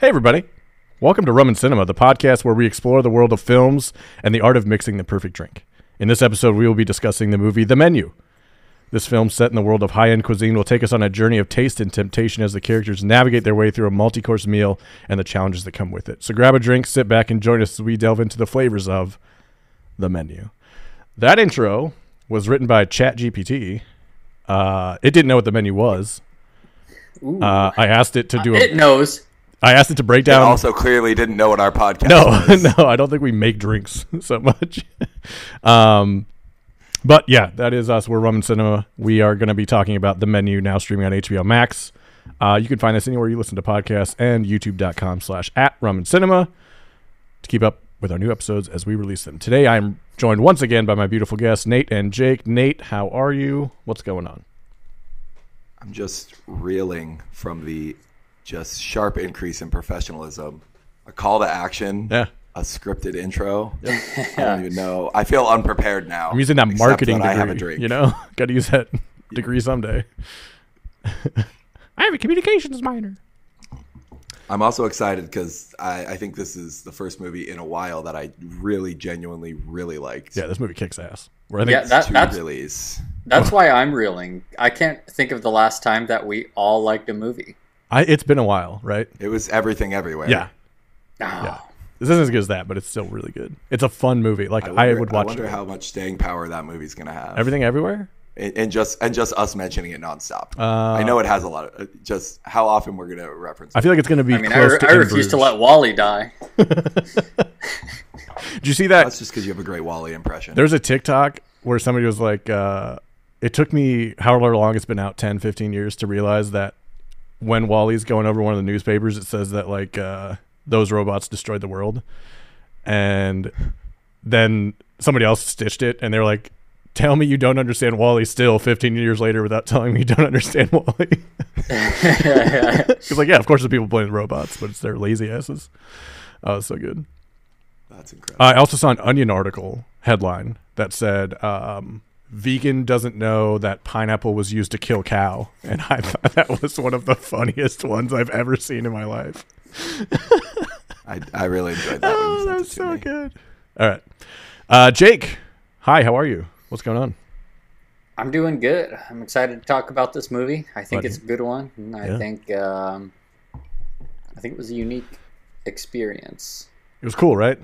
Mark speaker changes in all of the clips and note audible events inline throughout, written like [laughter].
Speaker 1: Hey, everybody. Welcome to Rum and Cinema, the podcast where we explore the world of films and the art of mixing the perfect drink. In this episode, we will be discussing the movie The Menu. This film, set in the world of high end cuisine, will take us on a journey of taste and temptation as the characters navigate their way through a multi course meal and the challenges that come with it. So grab a drink, sit back, and join us as we delve into the flavors of The Menu. That intro was written by ChatGPT. Uh, it didn't know what the menu was.
Speaker 2: Ooh.
Speaker 1: Uh, I asked it to do
Speaker 2: it
Speaker 1: a.
Speaker 2: knows.
Speaker 1: I asked it to break
Speaker 3: And
Speaker 1: down.
Speaker 3: also clearly didn't know what our podcast
Speaker 1: Um, [laughs] No, no, I don't think we make drinks [laughs] so much. um, but yeah, that is us. We're Rum and Cinema. We are going to be talking about the menu now streaming on HBO Max. Uh, you can find us anywhere you listen to podcasts and youtube.com slash at rum and cinema to keep up with our new episodes as we release them. Today I'm joined once again by my beautiful guests, Nate and Jake. Nate, how are you? What's going on?
Speaker 3: I'm just reeling from the just sharp increase in professionalism. A call to action.
Speaker 1: Yeah.
Speaker 3: A scripted intro. I don't even know. I feel unprepared now.
Speaker 1: I'm using that
Speaker 3: except
Speaker 1: marketing degree.
Speaker 3: that I have a drink.
Speaker 1: You know, [laughs] got to use
Speaker 3: [laughs]
Speaker 1: that degree someday. I have a communications minor.
Speaker 3: I'm also excited because I, I think this is the first movie in a while that I really, genuinely, really liked.
Speaker 1: Yeah, this movie kicks ass. Where I think
Speaker 2: Yeah, that,
Speaker 3: to
Speaker 2: that's
Speaker 3: release.
Speaker 2: that's why I'm reeling. I can't think of the last time that we all liked a movie.
Speaker 1: I, it's been a while, right?
Speaker 3: It was everything everywhere.
Speaker 1: Yeah,
Speaker 2: Oh,
Speaker 1: yeah. This isn't as good as that, but it's still really good. It's a fun movie. Like I, would watch
Speaker 3: I wonder
Speaker 1: it.
Speaker 3: how much staying power that movie's going to have.
Speaker 1: everything everywhere.
Speaker 3: and, and just and just us mentioning it nonstop.
Speaker 1: Uh,
Speaker 3: I know it has a lot of just how often we're gonna reference.
Speaker 1: I
Speaker 3: It.
Speaker 1: feel like it's going to be
Speaker 2: I mean, I,
Speaker 1: close
Speaker 2: re-
Speaker 1: to.
Speaker 2: I
Speaker 1: In
Speaker 2: refuse to
Speaker 1: Bruges.
Speaker 2: let Wally die.
Speaker 1: Did you see that?
Speaker 3: That's just because you have a great Wally impression.
Speaker 1: There's a TikTok where somebody was like, uh, it took me however long it's been out 10, 15 years to realize that when Wally's going over one of the newspapers, it says that like uh, those robots destroyed the world. And then somebody else stitched it and they're like, tell me you don't understand Wally still 15 years later without telling me you don't [laughs] understand Wally. It's like, yeah, of course the people playing the robots, but it's their lazy asses. Oh, it's so good.
Speaker 3: That's incredible.
Speaker 1: I also saw an Onion article headline that said, um, "Vegan doesn't know that pineapple was used to kill cow," and I thought [laughs] that was one of the funniest ones I've ever seen in my life.
Speaker 3: I, I really enjoyed that. when you
Speaker 1: Oh, [laughs]
Speaker 3: sent
Speaker 1: that
Speaker 3: it
Speaker 1: was
Speaker 3: to
Speaker 1: so
Speaker 3: me.
Speaker 1: good. All right, uh, Jake. Hi, how are you? What's going on?
Speaker 2: I'm doing good. I'm excited to talk about this movie. I think
Speaker 1: Glad
Speaker 2: it's a good one. And I
Speaker 1: Yeah.
Speaker 2: think um, I think it was a unique experience.
Speaker 1: It was cool, right?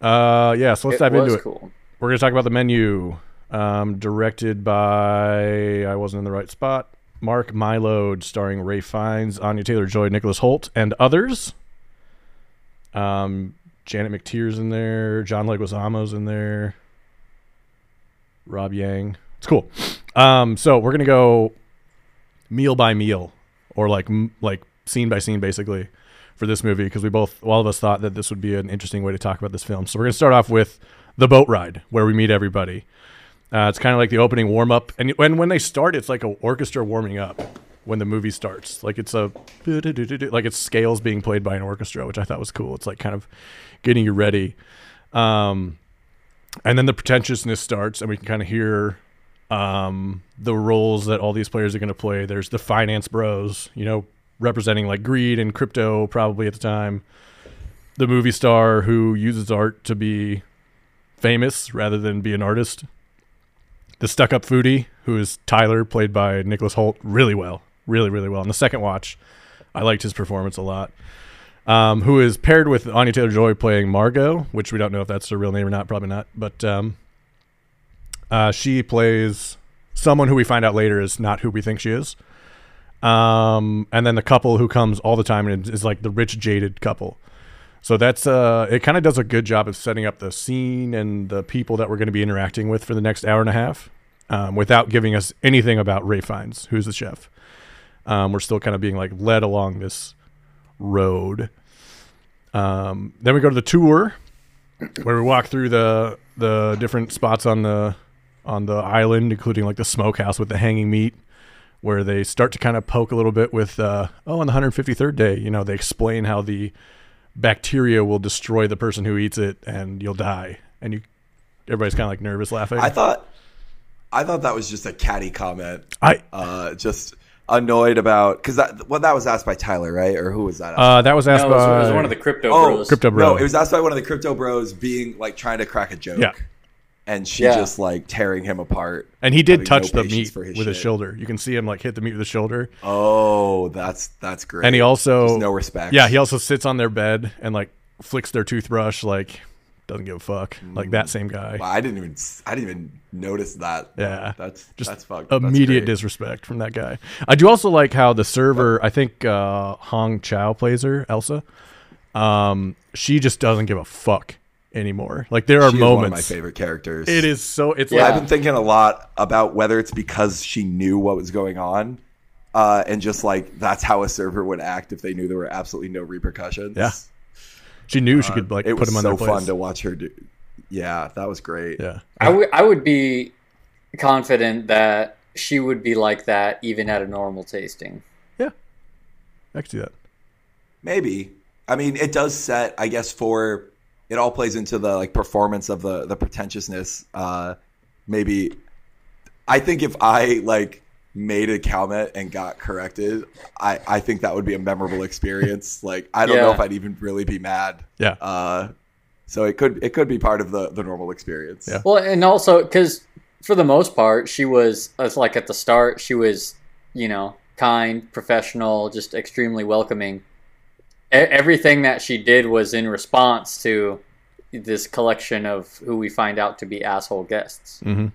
Speaker 1: Uh, yeah. So let's
Speaker 2: it
Speaker 1: dive
Speaker 2: was
Speaker 1: into it.
Speaker 2: cool.
Speaker 1: We're gonna talk about the menu. Um, directed by I wasn't in the right spot. Mark Mylode, starring Ray Fiennes, Anya Taylor Joy, Nicholas Holt, and others. Um, Janet McTeer's in there. John Leguizamo's in there. Rob Yang. It's cool. Um, so we're gonna go meal by meal, or like m- like scene by scene, basically, for this movie because we both, all of us, thought that this would be an interesting way to talk about this film. So we're gonna start off with the boat ride where we meet everybody. Uh, it's kind of like the opening warm up, and when when they start, it's like an orchestra warming up when the movie starts. Like it's a like it's scales being played by an orchestra, which I thought was cool. It's like kind of getting you ready. Um, and then the pretentiousness starts, and we can kind of hear um, the roles that all these players are going to play. There's the finance bros, you know, representing like greed and crypto probably at the time. The movie star who uses art to be famous rather than be an artist. The stuck up foodie, who is Tyler, played by Nicholas Holt, really well. Really, really well. On the second watch, I liked his performance a lot. Um, who is paired with Anya Taylor Joy playing Margot, which we don't know if that's her real name or not, probably not. But um, uh, she plays someone who we find out later is not who we think she is. Um, and then the couple who comes all the time and is like the rich, jaded couple. So that's uh, it. Kind of does a good job of setting up the scene and the people that we're going to be interacting with for the next hour and a half, um, without giving us anything about Ray Fiennes, who's the chef. Um, we're still kind of being like led along this road. Um, then we go to the tour, where we walk through the the different spots on the on the island, including like the smokehouse with the hanging meat, where they start to kind of poke a little bit with uh, oh, on the 153rd day, you know, they explain how the bacteria will destroy the person who eats it and you'll die, and you everybody's kind of like nervous laughing.
Speaker 3: I thought, I thought that was just a catty comment.
Speaker 1: I
Speaker 3: Uh, just annoyed about because that well that was asked by Tyler right or who was that? Asked?
Speaker 1: Uh, that was asked
Speaker 2: No, it was,
Speaker 1: by Oh,
Speaker 2: it was one of the crypto bros.
Speaker 1: Crypto Bro.
Speaker 3: No, it was asked by one of the crypto bros being like trying to crack a joke.
Speaker 1: Yeah.
Speaker 3: And she
Speaker 2: Yeah.
Speaker 3: just like tearing him apart.
Speaker 1: and he did
Speaker 3: having
Speaker 1: touch
Speaker 3: no
Speaker 1: the
Speaker 3: patience
Speaker 1: meat
Speaker 3: for
Speaker 1: with
Speaker 3: his
Speaker 1: his
Speaker 3: shit.
Speaker 1: shoulder. You can see him like hit the meat with his shoulder,
Speaker 3: Oh, that's that's great.
Speaker 1: and he also
Speaker 3: Just no respect.
Speaker 1: Yeah, he also sits on their bed and like flicks their toothbrush, like doesn't give a fuck, like that same guy.
Speaker 3: Mm. Wow, I didn't even I didn't even notice that.
Speaker 1: Yeah.
Speaker 3: that's
Speaker 1: Just
Speaker 3: that's fucked. That's
Speaker 1: Immediate
Speaker 3: great.
Speaker 1: disrespect from that guy. I do also like how the server, I think uh, Hong Chao plays her, Elsa. Um, she just doesn't give a fuck anymore. Like there are
Speaker 3: She is one of my
Speaker 1: moments.
Speaker 3: favorite characters.
Speaker 1: It is so. It's
Speaker 2: Yeah.
Speaker 1: like
Speaker 3: I've been thinking a lot about whether it's because she knew what was going on, uh, and just like that's how a server would act if they knew there were absolutely no repercussions.
Speaker 1: Yeah. she knew she could like
Speaker 3: Uh, it
Speaker 1: put
Speaker 3: was
Speaker 1: him on
Speaker 3: so
Speaker 1: their place.
Speaker 3: fun to watch her do. Yeah, that was great.
Speaker 1: yeah.
Speaker 2: I would I would be confident that she would be like that even at a normal tasting.
Speaker 1: I can see that.
Speaker 3: Maybe. I mean, it does set, I guess, for it all plays into the like performance of the the pretentiousness. Uh, maybe I think if I like made a comment and got corrected, I I think that would be a memorable experience. like I don't know
Speaker 2: Yeah.
Speaker 3: if I'd even really be mad.
Speaker 1: Yeah.
Speaker 3: Uh, so it could it could be part of the the normal experience.
Speaker 1: Yeah.
Speaker 2: Well, and also because for the most part, she was as like at the start, she was you know kind, professional, just extremely welcoming. E- everything that she did was in response to this collection of who we find out to be asshole guests.
Speaker 1: Mm-hmm.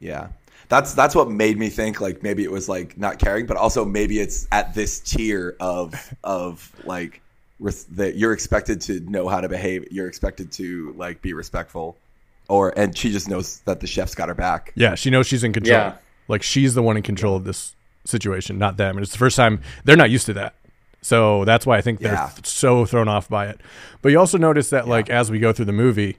Speaker 3: Yeah. That's that's what made me think like maybe it was like not caring, but also maybe it's at this tier of of like res- that you're expected to know how to behave, you're expected to like be respectful, or and she just knows that the chef's got her back.
Speaker 1: Yeah, she knows she's in control.
Speaker 2: Yeah.
Speaker 1: Like she's the one in control of this situation, not them. And it's the first time they're not used to that. So that's why I think they're
Speaker 3: Yeah.
Speaker 1: f- so thrown off by it. But you also notice that like as we go through the movie,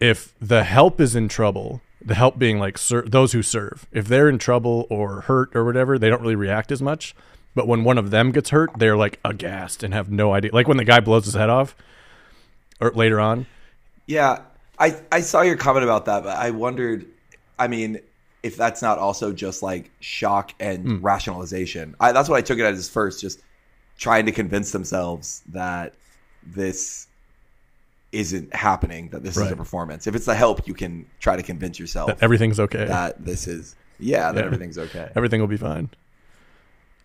Speaker 1: if the help is in trouble, the help being like ser- those who serve, if they're in trouble or hurt or whatever, they don't really react as much. But when one of them gets hurt, they're like aghast and have no idea. Like when the guy blows his head off or later on.
Speaker 3: Yeah, I I saw your comment about that, but I wondered, I mean, if that's not also just like shock and
Speaker 1: Hmm.
Speaker 3: rationalization. I, that's what I took it as first, just trying to convince themselves that this isn't happening, that this is a
Speaker 1: Right.
Speaker 3: performance. If it's the help, you can try to convince yourself
Speaker 1: that
Speaker 3: Oh, that,
Speaker 1: everything's okay.
Speaker 3: this is yeah, that
Speaker 1: Yeah.
Speaker 3: everything's okay.
Speaker 1: Everything will be fine.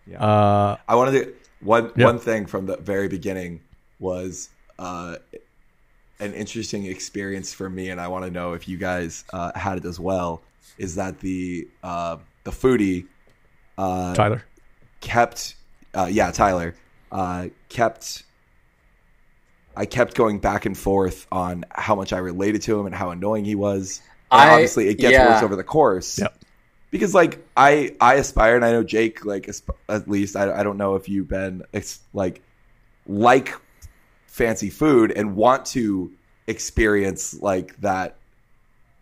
Speaker 3: Yeah.
Speaker 1: Uh,
Speaker 3: I wanted to one
Speaker 1: Yeah.
Speaker 3: one thing from the very beginning was uh, an interesting experience for me, and I want to know if you guys uh, had it as well. Is that the uh, the foodie uh,
Speaker 1: Tyler. [laughs]
Speaker 3: kept uh, yeah Tyler uh, kept I kept going back and forth on how much I related to him and how annoying he was. And
Speaker 2: I-
Speaker 3: obviously, it gets
Speaker 2: yeah.
Speaker 3: worse over the course.
Speaker 1: Yep.
Speaker 3: Because like I I aspire and I know Jake like asp- at least I, I don't know if you've been ex- like like fancy food and want to experience like that.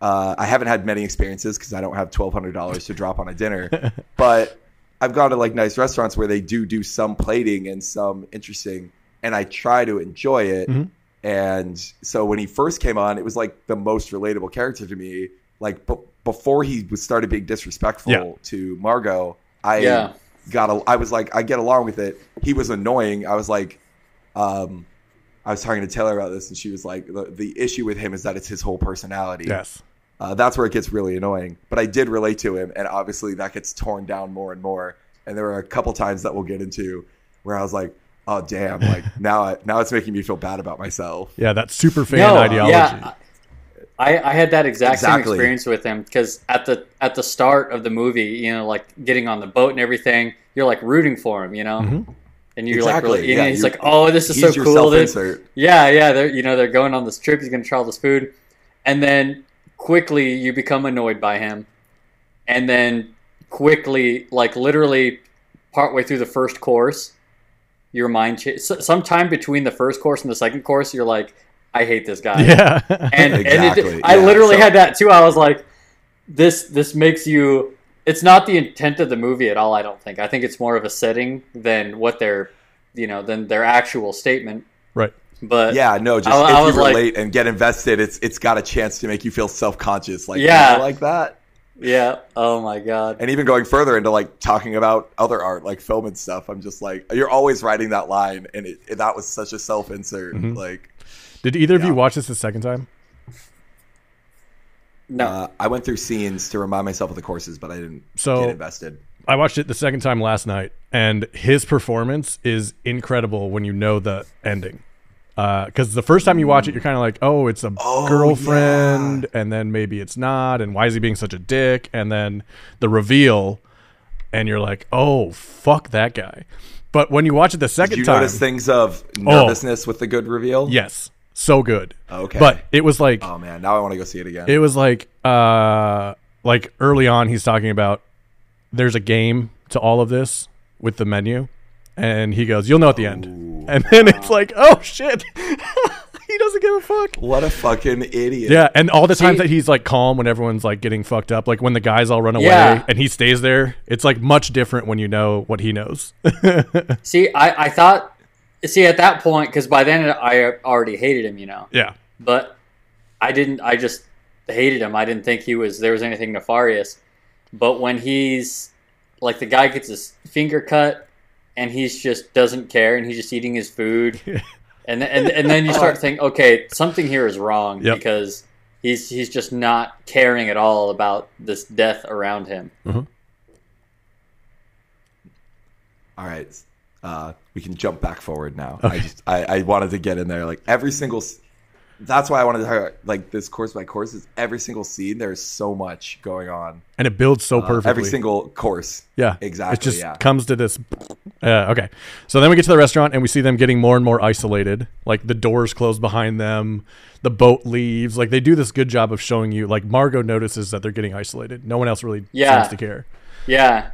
Speaker 3: Uh, I haven't had many experiences because I don't have twelve hundred dollars to drop on a dinner, but I've gone to like nice restaurants where they do do some plating and some interesting, and I try to enjoy it.
Speaker 1: Mhm.
Speaker 3: And so when he first came on, it was like the most relatable character to me. Like b- before he was- started being disrespectful
Speaker 1: Yeah.
Speaker 3: to Margot, I
Speaker 2: Yeah.
Speaker 3: got a, I was like I get along with it. He was annoying. I was like, um, I was talking to Taylor about this, and she was like, the, the issue with him is that it's his whole personality.
Speaker 1: Yes.
Speaker 3: Uh, that's where it gets really annoying. But I did relate to him, and obviously that gets torn down more and more. And there were a couple times that we'll get into where I was like, "Oh damn!"
Speaker 2: [laughs]
Speaker 3: Like now, I, now it's making me feel bad about myself.
Speaker 1: Yeah, that super fan ideology.
Speaker 3: uh,
Speaker 2: Yeah, I, I had that exact same
Speaker 3: Exactly.
Speaker 2: experience with him because at the at the start of the movie, you know, like getting on the boat and everything, you're like rooting for him, you know,
Speaker 1: Mhm.
Speaker 2: and you're
Speaker 3: Mm-hmm. Exactly,
Speaker 2: like, really, and
Speaker 3: yeah,
Speaker 2: he's
Speaker 3: you're-
Speaker 2: like, oh, this is
Speaker 3: He's
Speaker 2: so
Speaker 3: your
Speaker 2: cool. This,
Speaker 3: self-insert.
Speaker 2: yeah, yeah, they're you know they're going on this trip. He's gonna try all this food, and then quickly you become annoyed by him, and then quickly, like literally, partway through the first course, your mind cha- so- sometime between the first course and the second course, you're like, I hate this
Speaker 1: [laughs]
Speaker 2: guy
Speaker 1: [laughs] Yeah.
Speaker 3: [laughs]
Speaker 2: and,
Speaker 3: Exactly,
Speaker 2: and it, I
Speaker 3: yeah,
Speaker 2: literally
Speaker 3: so-
Speaker 2: had that too. I was like, this this makes you. It's not the intent of the movie at all. I don't think. I think it's more of a setting than what their, you know, than their actual statement.
Speaker 1: right.
Speaker 2: But
Speaker 3: Yeah, no, just
Speaker 2: uh, I- I
Speaker 3: if
Speaker 2: was
Speaker 3: you
Speaker 2: like-
Speaker 3: relate and get invested, it's it's got a chance to make you feel self-conscious. Like,
Speaker 2: Yeah.
Speaker 3: yeah, like that.
Speaker 2: Yeah. Oh my god.
Speaker 3: and even going further into like talking about other art like film and stuff i'm just like you're always writing that line and it, it- that was such a self-insert
Speaker 2: Mm-hmm.
Speaker 1: Mhm.
Speaker 3: like
Speaker 1: [laughs] Did either of you
Speaker 3: Yeah.
Speaker 1: watch this the second time?
Speaker 2: No.
Speaker 3: uh, i went through scenes to remind myself of the courses but i didn't
Speaker 1: So-
Speaker 3: get invested
Speaker 1: I watched it the second time last night, and his performance is incredible when you know the ending. Because the first time you watch it, you're kind of like, oh, it's a
Speaker 3: Oh,
Speaker 1: girlfriend, and then maybe it's not, and why is he being such a dick? And then the reveal, and you're like, oh, fuck that guy. But when you watch it the
Speaker 3: did
Speaker 1: second
Speaker 3: you
Speaker 1: time, Oh.
Speaker 3: notice things of nervousness with the good reveal
Speaker 1: yes, so good.
Speaker 3: Okay.
Speaker 1: But it was like,
Speaker 3: oh man now i want to go see it again
Speaker 1: it was like uh like early on he's talking about there's a game to all of this with the menu and he goes you'll know at the end and then it's like oh shit [laughs] he doesn't give a fuck
Speaker 3: what a fucking idiot
Speaker 1: yeah and all the times
Speaker 2: See-
Speaker 1: that he's like calm when everyone's like getting fucked up like when the guys all run away
Speaker 2: Yeah.
Speaker 1: and he stays there it's like much different when you know what he knows [laughs]
Speaker 2: See, I I thought. See, at that point, because by then I already hated him, you know.
Speaker 1: yeah
Speaker 2: but I didn't. I just hated him. I didn't think he was there was anything nefarious. But when he's like the guy gets his finger cut, and he's just doesn't care, and he's just eating his food, and th- and and then you start thinking, okay, something here is wrong
Speaker 1: Yep.
Speaker 2: because he's he's just not caring at all about this death around him.
Speaker 3: all right uh, we can jump back forward now i just I, I wanted to get in there like every single s- that's why i wanted to talk about, like this course by course is every single scene there's so much going on
Speaker 1: and it builds so
Speaker 3: Uh,
Speaker 1: Oh, perfectly
Speaker 3: every single course
Speaker 1: Yeah, It
Speaker 3: Exactly,
Speaker 1: just
Speaker 3: yeah.
Speaker 1: comes to this. Uh, okay, so then we get to the restaurant and we see them getting more and more isolated. Like the doors close behind them, the boat leaves. Like they do this good job of showing you. Like Margot notices that they're getting isolated. No one else really
Speaker 2: Yeah.
Speaker 1: seems to care
Speaker 2: Yeah,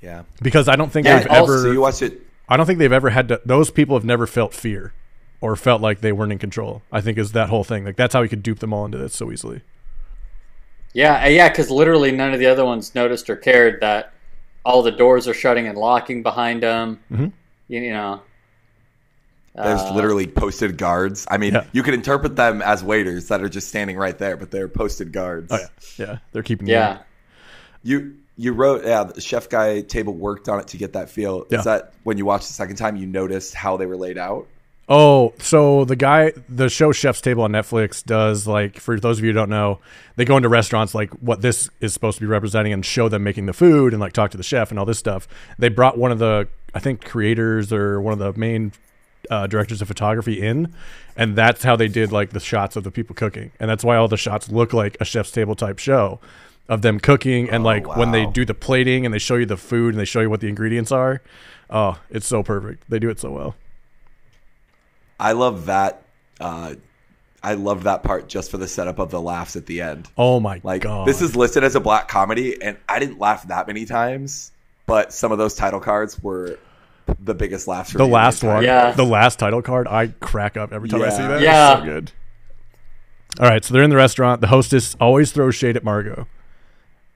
Speaker 3: yeah
Speaker 1: because I don't think
Speaker 2: Yeah,
Speaker 1: they've
Speaker 2: also-
Speaker 1: ever.
Speaker 3: so you watch it
Speaker 1: I don't think they've ever had to. Those people have never felt fear or felt like they weren't in control. I think is that whole thing. Like that's how he could dupe them all into this so easily.
Speaker 2: yeah, uh, yeah. Because literally none of the other ones noticed or cared that all the doors are shutting and locking behind them.
Speaker 1: Mhm.
Speaker 2: You, you know.
Speaker 3: there's
Speaker 2: Uh,
Speaker 3: Mm-hmm. literally posted guards i mean
Speaker 1: Yeah.
Speaker 3: you could interpret them as waiters that are just standing right there but they're posted guards
Speaker 1: Oh yeah, yeah. They're keeping. you
Speaker 2: Yeah.
Speaker 1: in.
Speaker 3: you you wrote yeah the chef guy table worked on it to get that feel
Speaker 1: Yeah.
Speaker 3: is that when you watch the second time you noticed how they were laid out
Speaker 1: Oh, so the guy, the show Chef's Table on Netflix does like, for those of you who don't know, they go into restaurants like what this is supposed to be representing and show them making the food and like talk to the chef and all this stuff. They brought one of the, I think, creators or one of the main uh, directors of photography in, and that's how they did like the shots of the people cooking. And that's why all the shots look like a Chef's Table type show of them cooking and like when they
Speaker 3: wow.
Speaker 1: do the plating and they show you the food and they show you what the ingredients are. Oh, it's so perfect. They do it so well.
Speaker 3: i love that uh i love that part just for the setup of the laughs at the end
Speaker 1: Oh my
Speaker 3: like
Speaker 1: god!
Speaker 3: this is listed as a black comedy and i didn't laugh that many times but some of those title cards were the biggest laughs for
Speaker 1: the
Speaker 3: me
Speaker 1: last
Speaker 3: entire-
Speaker 1: one.
Speaker 2: Yeah.
Speaker 1: The last title card. I crack up every time I see
Speaker 3: Yeah.
Speaker 1: that. It's
Speaker 2: Yeah.
Speaker 1: so good. All right, so they're in the restaurant. The hostess always throws shade at Margot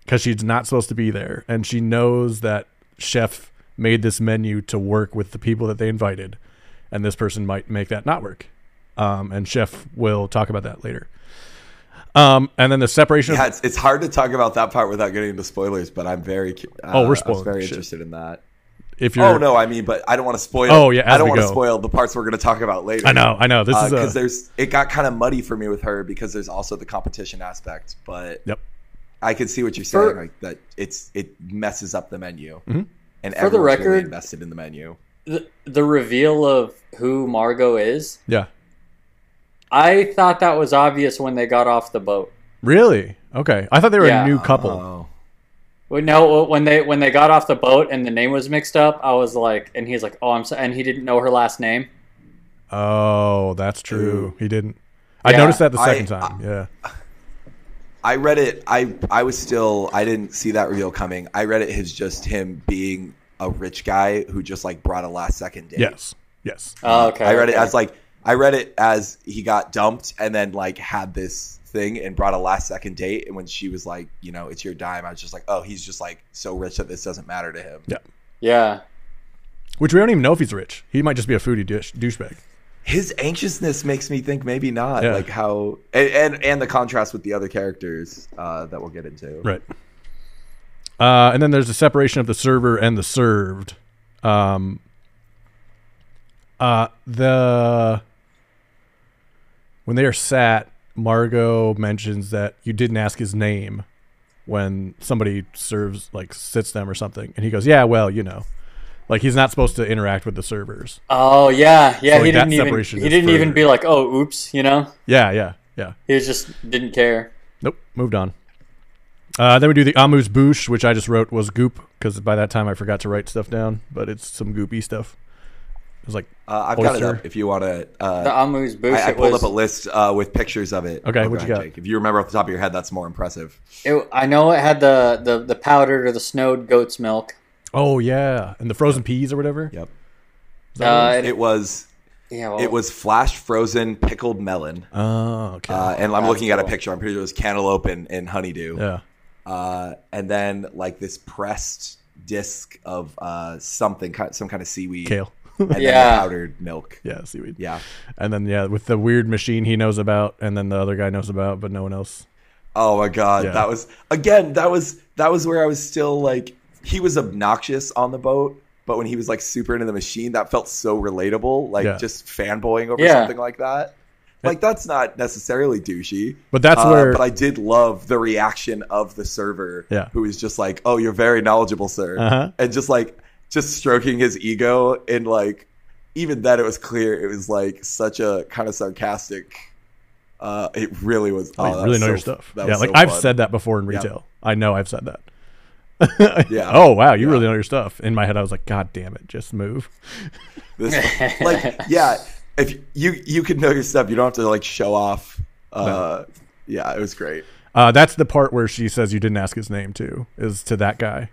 Speaker 1: because she's not supposed to be there, and she knows that chef made this menu to work with the people that they invited, and this person might make that not work. Um, and chef will talk about that later. Um, and then the separation. of-
Speaker 3: yeah, it's, it's hard to talk about that part without getting into spoilers, but I'm very cu- uh,
Speaker 1: Oh, we're
Speaker 3: I was
Speaker 1: spoiling
Speaker 3: very
Speaker 1: shit.
Speaker 3: interested in that.
Speaker 1: if you're,
Speaker 3: oh no, I mean, but I don't want to spoil.
Speaker 1: Oh, yeah, as
Speaker 3: I don't
Speaker 1: we
Speaker 3: want to
Speaker 1: go.
Speaker 3: spoil the parts we're going to talk about later.
Speaker 1: I know, I know.
Speaker 3: Uh,
Speaker 1: This is a,
Speaker 3: because there's it got kind of muddy for me with her because there's also the competition aspect, but
Speaker 1: Yep.
Speaker 3: I can see what you're saying,
Speaker 2: For-
Speaker 3: like that it's it messes up the menu,
Speaker 1: Mhm.
Speaker 3: and
Speaker 2: For the
Speaker 3: everyone's really
Speaker 2: record-
Speaker 3: invested in the menu.
Speaker 2: the, the reveal of who Margot is,
Speaker 1: yeah.
Speaker 2: I thought that was obvious when they got off the boat.
Speaker 1: Really? Okay. I thought they were
Speaker 2: Yeah.
Speaker 1: a new couple.
Speaker 3: Oh.
Speaker 2: Well, No, when they when they got off the boat and the name was mixed up, I was like, and he's like, oh, I'm so, and he didn't know her last name.
Speaker 1: Oh, that's true. He didn't. I
Speaker 2: Yeah,
Speaker 1: noticed that the
Speaker 3: I-
Speaker 1: second time. yeah.
Speaker 3: I read it. I I was still. I didn't see that reveal coming. I read it as just him being a rich guy who just like brought a last second date.
Speaker 1: Yes. Yes.
Speaker 2: Oh, okay,
Speaker 3: Uh, I read it
Speaker 2: okay.
Speaker 3: as like I read it as he got dumped and then like had this thing and brought a last second date and when she was like, you know, it's your dime, I was just like, oh, he's just like so rich that this doesn't matter to him.
Speaker 1: Yeah.
Speaker 2: yeah,
Speaker 1: Which we don't even know if he's rich. He might just be a foodie douche, douchebag.
Speaker 3: His anxiousness makes me think maybe not
Speaker 1: Yeah.
Speaker 3: like how and, and and the contrast with the other characters uh, that we'll get into.
Speaker 1: Right. Uh, and then there's the separation of the server and the served. Um, uh, the when they are sat, Margot mentions that you didn't ask his name when somebody serves like sits them or something, and he goes, "Yeah, well, you know." Like he's not supposed to interact with the servers.
Speaker 2: Oh yeah, yeah.
Speaker 1: So, like,
Speaker 2: he
Speaker 1: that
Speaker 2: didn't even
Speaker 1: separation
Speaker 2: he
Speaker 1: is
Speaker 2: didn't even
Speaker 1: further.
Speaker 2: be like, oh, oops, you know.
Speaker 1: Yeah, yeah, yeah.
Speaker 2: He was just didn't care.
Speaker 1: Nope, moved on. Uh, then we do the Amuse Bouche, which I just wrote was goop because by that time I forgot to write stuff down, but it's some goopy stuff. It was like,
Speaker 3: Uh, I've got it
Speaker 1: Oyster.
Speaker 3: up if you want to.
Speaker 2: The
Speaker 3: Uh,
Speaker 2: Amu's boost.
Speaker 3: I, I
Speaker 2: it
Speaker 3: pulled
Speaker 2: was,
Speaker 3: up a list uh, with pictures of it.
Speaker 1: Okay,
Speaker 3: Oh,
Speaker 1: what
Speaker 3: go
Speaker 1: you
Speaker 3: ahead,
Speaker 1: got?
Speaker 3: Jake. If you remember off the top of your head, that's more impressive.
Speaker 2: it- I know it had the, the the powdered or the snowed goat's milk.
Speaker 1: oh yeah, and the frozen peas or whatever.
Speaker 3: Yep.
Speaker 1: Is that what
Speaker 2: Uh,
Speaker 1: it
Speaker 2: it,
Speaker 3: It was
Speaker 2: yeah, well,
Speaker 3: it was flash frozen pickled melon.
Speaker 1: was? oh okay,
Speaker 3: Uh, and I'm
Speaker 2: That's
Speaker 3: looking at a
Speaker 2: cool.
Speaker 3: picture. I'm pretty sure it was cantaloupe and, and honeydew.
Speaker 1: yeah.
Speaker 3: Uh, and then like this pressed disc of uh, something, ki- some kind of seaweed,
Speaker 1: Kale.
Speaker 2: [laughs]
Speaker 3: and
Speaker 2: Yeah.
Speaker 3: then powdered milk.
Speaker 1: [laughs] Yeah, seaweed.
Speaker 3: Yeah.
Speaker 1: And then yeah, with the weird machine he knows about, and then the other guy knows about, but no one else.
Speaker 3: Oh my god,
Speaker 1: Yeah.
Speaker 3: that was again. That was that was where I was still like he was obnoxious on the boat, but when he was like super into the machine, that felt so relatable. Like
Speaker 1: Yeah.
Speaker 3: just fanboying over
Speaker 2: Yeah.
Speaker 3: something like that. Like that's not necessarily douchey.
Speaker 1: But that's
Speaker 3: Uh,
Speaker 1: where
Speaker 3: But I did love the reaction of the server,
Speaker 1: Yeah.
Speaker 3: who was just like, "Oh, you're very knowledgeable, sir,"
Speaker 1: Uh-huh.
Speaker 3: and just like just stroking his ego. And like even then, it was clear it was like such a kind of sarcastic. Uh, it really was. Oh,
Speaker 1: I
Speaker 3: that
Speaker 1: really
Speaker 3: was
Speaker 1: know
Speaker 3: so-
Speaker 1: your stuff.
Speaker 3: that
Speaker 1: yeah,
Speaker 3: was
Speaker 1: like
Speaker 3: so
Speaker 1: I've
Speaker 3: fun.
Speaker 1: said that before in
Speaker 3: Yeah.
Speaker 1: retail. I know I've said that.
Speaker 3: Yeah.
Speaker 1: [laughs] Oh wow, you really know your stuff. In my head, I was like, God damn it, just move.
Speaker 3: This, like yeah, if you you can know your stuff, you don't have to like show off. Uh, Yeah, it was great.
Speaker 1: Uh, that's the part where she says you didn't ask his name too, is to that guy,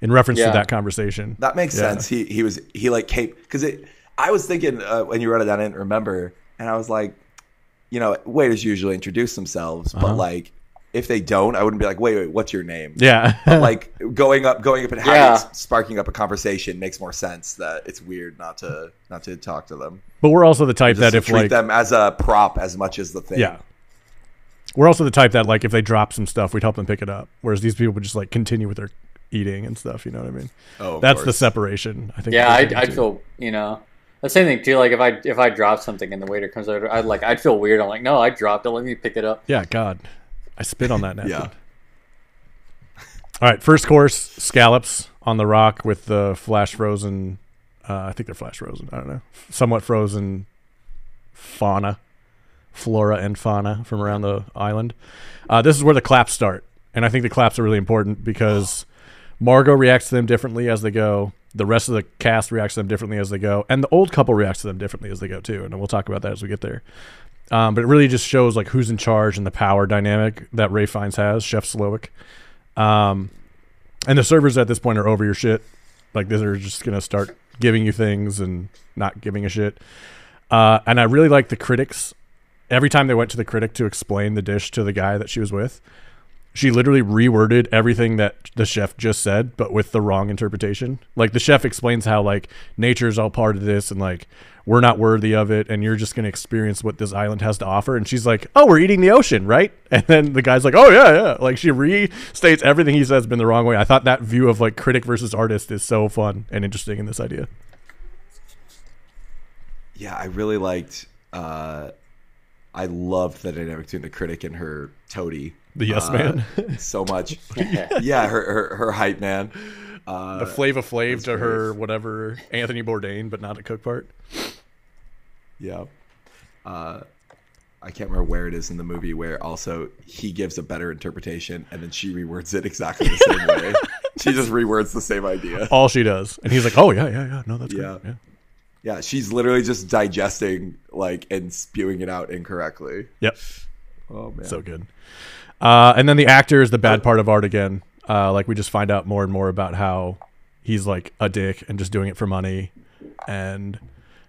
Speaker 1: in reference to
Speaker 2: Yeah.
Speaker 1: that conversation.
Speaker 3: That makes
Speaker 1: Yeah.
Speaker 3: sense. He he was he like came because it. I was thinking uh, when you wrote it, I didn't remember, and I was like, you know, waiters usually introduce themselves,
Speaker 1: Uh-huh.
Speaker 3: but like if they don't, I wouldn't be like, wait, wait, what's your name? [laughs]
Speaker 1: yeah,
Speaker 3: Like going up, going up, and having
Speaker 2: Yeah.
Speaker 3: sparking up a conversation makes more sense. That it's weird not to not to talk to them.
Speaker 1: but we're also the type
Speaker 3: Just
Speaker 1: that
Speaker 3: to
Speaker 1: if
Speaker 3: treat
Speaker 1: like
Speaker 3: them as a prop as much as the thing.
Speaker 1: yeah, we're also the type that like if they drop some stuff, we'd help them pick it up. Whereas these people would just like continue with their eating and stuff. You know what I mean?
Speaker 3: Oh, of
Speaker 1: that's the
Speaker 3: course.
Speaker 1: separation. I think.
Speaker 2: yeah,
Speaker 1: we're
Speaker 2: I'd,
Speaker 1: getting
Speaker 2: I'd
Speaker 1: to.
Speaker 2: feel you know the same thing too. Like if I if I drop something and the waiter comes over, I'd like I'd feel weird. I'm like, no, I dropped it. Let me pick it up.
Speaker 1: Yeah, God, I spit on that napkin.
Speaker 3: Yeah.
Speaker 1: All right, first course scallops on the rock with the flash frozen. Uh, I think they're flash frozen. I don't know, somewhat frozen fauna, flora and fauna from around the island. Uh, this is where the claps start, and I think the claps are really important because Margot reacts to them differently as they go. The rest of the cast reacts to them differently as they go, and the old couple reacts to them differently as they go too. And we'll talk about that as we get there. Um, but it really just shows like who's in charge and the power dynamic that Ray Fiennes has, Chef Slowick. Um, and the servers at this point are over your shit. Like these are just gonna start giving you things and not giving a shit. Uh, and I really like the critics. Every time they went to the critic to explain the dish to the guy that she was with, she literally reworded everything that the chef just said, but with the wrong interpretation. Like the chef explains how like nature's all part of this and like we're not worthy of it and you're just gonna experience what this island has to offer. And she's like, Oh, we're eating the ocean, right? [laughs] And then the guy's like, Oh yeah, yeah. Like she restates everything he says been the wrong way. I thought that view of like critic versus artist is so fun and interesting in this idea.
Speaker 3: Yeah, I really liked. Uh, I loved the dynamic between the critic and her toady.
Speaker 1: The yes
Speaker 3: uh,
Speaker 1: man.
Speaker 3: so much. yeah, her, her her hype man. Uh,
Speaker 1: the Flava Flav to her
Speaker 3: hilarious.
Speaker 1: whatever Anthony Bourdain, but not a cook part.
Speaker 3: yeah. Uh, I can't remember where it is in the movie where also he gives a better interpretation and then she rewords it exactly the same way. She just rewords the same idea.
Speaker 1: All she does, and he's like, "Oh yeah, yeah, yeah. No, that's
Speaker 3: Yeah.
Speaker 1: good. Yeah.
Speaker 3: Yeah, she's literally just digesting like and spewing it out incorrectly.
Speaker 1: Yep.
Speaker 3: Oh man.
Speaker 1: So good. Uh, and then the actor is the bad part of art again. Uh, like we just find out more and more about how he's like a dick and just doing it for money, and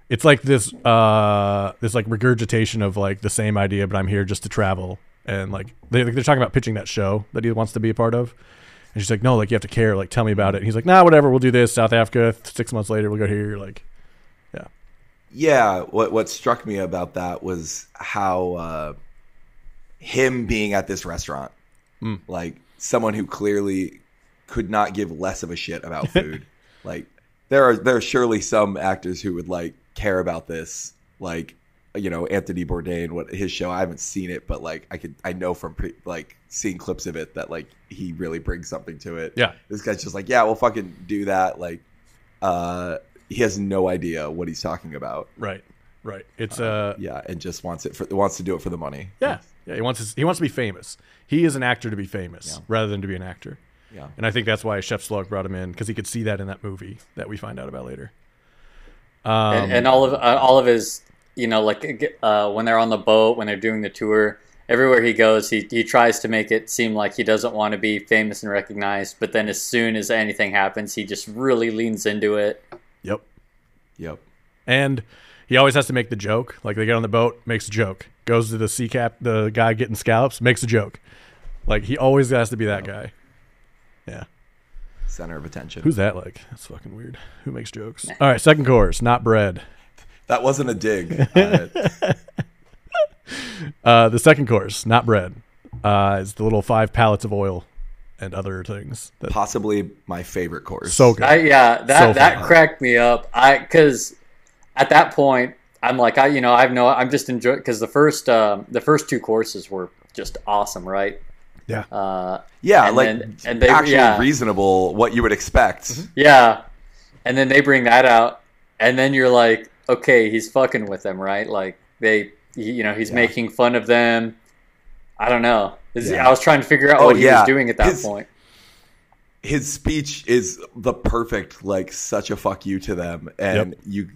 Speaker 1: it's like this uh, this like regurgitation of like the same idea, but I'm here just to travel. And like they like, they're talking about pitching that show that he wants to be a part of, and she's like, no, like you have to care, like tell me about it. And he's like, nah, whatever, we'll do this. South Africa. Six months later, we'll go here. Like,
Speaker 3: Yeah, what what struck me about that was how uh, him being at this restaurant,
Speaker 1: Mm.
Speaker 3: like someone who clearly could not give less of a shit about food. like there are there are surely some actors who would like care about this. Like you know Anthony Bourdain, what his show? I haven't seen it, but like I could I know from pre, like seeing clips of it that like he really brings something to it.
Speaker 1: Yeah.
Speaker 3: This guy's just like, yeah, we'll fucking do that. Like, uh, he has no idea what he's talking about.
Speaker 1: Right. Right. It's uh,
Speaker 3: Yeah, and just wants it for wants to do it for the money.
Speaker 1: yeah. Yeah, he wants his, he wants to be famous. He is an actor to be famous rather than to be an actor.
Speaker 3: Yeah.
Speaker 1: And I think that's why Chef Slug brought him in because he could see that in that movie that we find out about later. Um,
Speaker 3: Um,
Speaker 2: and, and all of uh, all of his you know like uh, when they're on the boat when they're doing the tour everywhere he goes he, he tries to make it seem like he doesn't want to be famous and recognized but then as soon as anything happens he just really leans into it
Speaker 1: Yep.
Speaker 3: Yep.
Speaker 1: And he always has to make the joke. Like they get on the boat, makes a joke. Goes to the sea cap, the guy getting scallops, makes a joke. Like he always has to be that guy. Yeah.
Speaker 3: Center of attention.
Speaker 1: Who's that like? That's fucking weird. Who makes jokes? All right, second course, not bread.
Speaker 3: that wasn't a dig.
Speaker 1: [laughs]
Speaker 3: Uh,
Speaker 1: Uh, the second course, not bread, uh, is the little five pallets of oil and other things. That's
Speaker 3: possibly my favorite course.
Speaker 1: so good.
Speaker 2: I, yeah that
Speaker 1: So
Speaker 2: that
Speaker 1: fun.
Speaker 2: cracked me up i because at that point i'm like i you know i've no i'm just enjoying because the first um, the first two courses were just awesome right
Speaker 1: yeah.
Speaker 2: uh,
Speaker 3: yeah,
Speaker 2: And
Speaker 3: like
Speaker 2: then- and they-
Speaker 3: actually
Speaker 2: yeah.
Speaker 3: reasonable what you would expect.
Speaker 1: Mm-hmm.
Speaker 2: Yeah. And then they bring that out and then you're like, okay, he's fucking with them, right? Like they he- you know, he's
Speaker 3: Yeah.
Speaker 2: making fun of them. I don't know. This is-
Speaker 3: Yeah.
Speaker 2: I was trying to figure out
Speaker 3: Oh,
Speaker 2: what he
Speaker 3: yeah.
Speaker 2: was doing at that
Speaker 3: His-
Speaker 2: point.
Speaker 3: His speech is the perfect like such a fuck you to them and you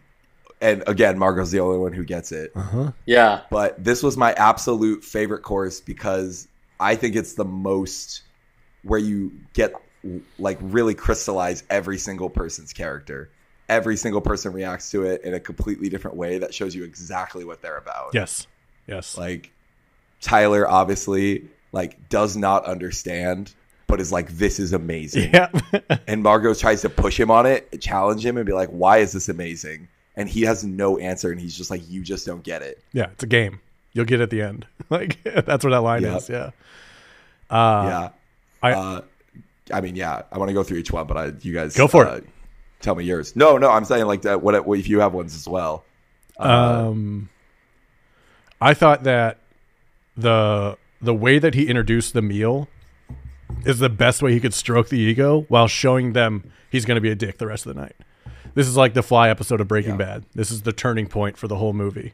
Speaker 3: and again Margot's the only one who gets it.
Speaker 1: Uh-huh.
Speaker 3: [laughs]
Speaker 2: Yeah.
Speaker 3: but this was my absolute favorite course because I think it's the most where you get like really crystallize every single person's character. Every single person reacts to it in a completely different way that shows you exactly what they're about.
Speaker 1: Yes. [laughs] Yes.
Speaker 3: Like Tyler obviously like does not understand but is like this is amazing.
Speaker 1: yeah. [laughs]
Speaker 3: And Margot tries to push him on it, challenge him and be like why is this amazing? And he has no answer and he's just like you just don't get it.
Speaker 1: yeah. It's a game. You'll get it at the end. [laughs] Like that's where that line
Speaker 3: Yeah.
Speaker 1: is. Yeah.
Speaker 3: yeah.
Speaker 1: I-
Speaker 3: uh, I mean, yeah, I want to go through each one, but I, you guys
Speaker 1: Go for
Speaker 3: uh,
Speaker 1: it.
Speaker 3: Tell me yours. No, no, I'm saying like that. What, what if you have ones as well?
Speaker 1: Um, I thought that the the way that he introduced the meal is the best way he could stroke the ego while showing them he's going to be a dick the rest of the night. This is like the fly episode of Breaking Bad. This is the turning point for the whole movie.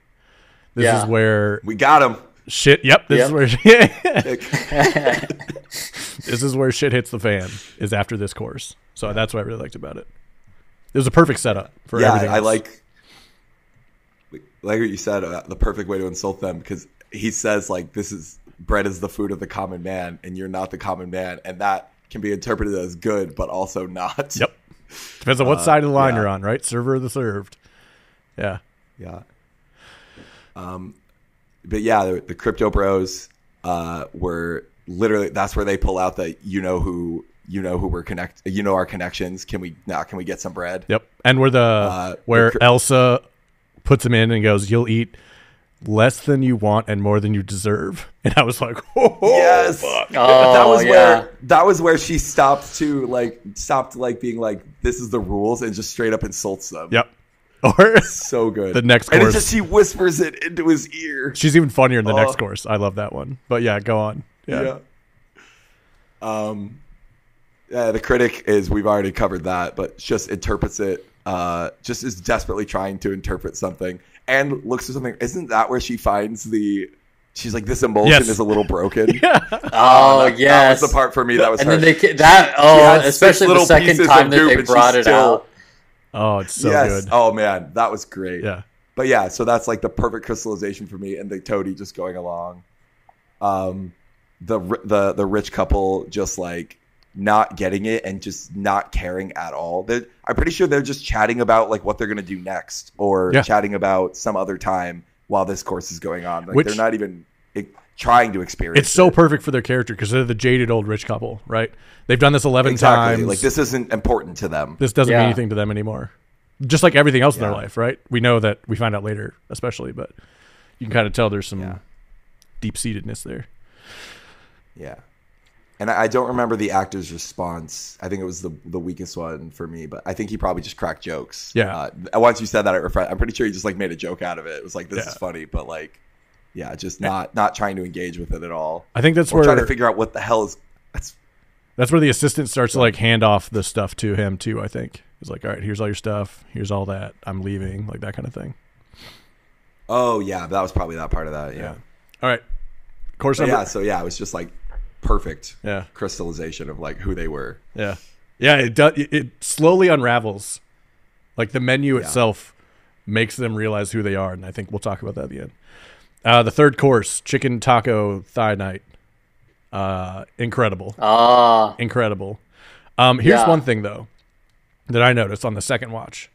Speaker 1: This
Speaker 2: Yeah.
Speaker 1: is where
Speaker 3: We
Speaker 1: [laughs]
Speaker 3: got him.
Speaker 1: shit. Yep. This is where [laughs] this is where shit hits the fan. Is after this course. So that's what I really liked about it. It was a perfect setup for
Speaker 3: yeah,
Speaker 1: everything.
Speaker 3: I
Speaker 1: else.
Speaker 3: like like what you said. Uh, the perfect way to insult them because he says like this is bread is the food of the common man, and you're not the common man, and that can be interpreted as good, but also not.
Speaker 1: Yep. Depends on what side of the line
Speaker 3: Uh, yeah.
Speaker 1: you're on, right? Server or the served. Yeah.
Speaker 3: Yeah. Um, but yeah, the, the crypto bros uh, were literally that's where they pull out the you know who you know who we're connect you know our connections. Can we now? can we get some bread?
Speaker 1: Yep. And where the
Speaker 3: Uh,
Speaker 1: where Elsa puts him in and goes, "You'll eat less than you want and more than you deserve." [laughs] And I was like, "Oh,
Speaker 3: Yes.
Speaker 2: Oh,
Speaker 3: that was
Speaker 2: yeah.
Speaker 3: where that was where she stopped to like stopped like being like this is the rules and just straight up insults them.
Speaker 1: yep." [laughs] Or
Speaker 3: So good.
Speaker 1: The next
Speaker 3: and
Speaker 1: course.
Speaker 3: it's just she whispers it into his ear.
Speaker 1: she's even funnier in the next
Speaker 3: Oh.
Speaker 1: course. I love that one. But yeah, go on. Yeah.
Speaker 3: yeah. Um, yeah, the critic is we've already covered that, but just interprets it. Uh, just is desperately trying to interpret something and looks for something. Isn't that where she finds the? She's like, this emulsion
Speaker 1: Yes.
Speaker 3: is a
Speaker 1: [laughs]
Speaker 3: little broken.
Speaker 2: [laughs]
Speaker 3: Um,
Speaker 2: Oh,
Speaker 3: that,
Speaker 2: yes.
Speaker 3: that was the part for me. That was
Speaker 2: and
Speaker 3: her.
Speaker 2: then they ca- that
Speaker 3: had
Speaker 2: oh,
Speaker 3: six
Speaker 2: especially the
Speaker 3: little
Speaker 2: second
Speaker 3: pieces
Speaker 2: time
Speaker 3: of
Speaker 2: that
Speaker 3: goop
Speaker 2: they
Speaker 3: and she
Speaker 2: brought it
Speaker 3: still-
Speaker 2: out.
Speaker 1: Oh, it's so
Speaker 3: yes.
Speaker 1: good.
Speaker 3: Oh man, that was great.
Speaker 1: Yeah.
Speaker 3: But yeah, so that's like the perfect crystallization for me, and the toady just going along. Um, the ri- the the rich couple just like not getting it and just not caring at all. They're, I'm pretty sure they're just chatting about like what they're gonna do next, or
Speaker 1: Yeah.
Speaker 3: chatting about some other time while this course is going on. Like
Speaker 1: Which-
Speaker 3: they're not even e- trying to experience.
Speaker 1: It's so
Speaker 3: it.
Speaker 1: perfect for their character because they're the jaded old rich couple, right? They've done this 11
Speaker 3: exactly
Speaker 1: times.
Speaker 3: like this isn't important to them.
Speaker 1: this doesn't mean
Speaker 2: Yeah.
Speaker 1: anything to them anymore. Just like everything else in their
Speaker 3: Yeah.
Speaker 1: life, right? We know that we find out later, especially, but you can kind of tell there's some
Speaker 3: Yeah.
Speaker 1: deep seatedness there.
Speaker 3: Yeah. and I, I don't remember the actor's response. I think it was the the weakest one for me, but I think he probably just cracked jokes.
Speaker 1: Yeah.
Speaker 3: Uh, once you said that, I refre- I'm pretty sure he just like made a joke out of it. It was like this
Speaker 1: Yeah.
Speaker 3: is funny, but like, yeah, just not not trying to engage with it at all.
Speaker 1: I think that's
Speaker 3: Or trying to
Speaker 1: where
Speaker 3: figure out what the hell is. That's
Speaker 1: that's where the assistant starts to like hand off the stuff to him too. I think he's like, all right, here's all your stuff. Here's all that. I'm leaving, like that kind of thing.
Speaker 3: oh yeah, that was probably that part of that. Yeah.
Speaker 1: All right. Course
Speaker 3: But
Speaker 1: number.
Speaker 3: yeah. So yeah, it was just like perfect
Speaker 1: Yeah.
Speaker 3: crystallization of like who they were.
Speaker 1: Yeah. Yeah, it does it slowly unravels. Like the menu itself makes them realize who they are, and I think we'll talk about that at the end. Uh, the third course, chicken taco thigh night. Uh, incredible.
Speaker 2: Ah,
Speaker 1: Incredible. Um, here's
Speaker 2: Yeah.
Speaker 1: one thing though that I noticed on the second watch.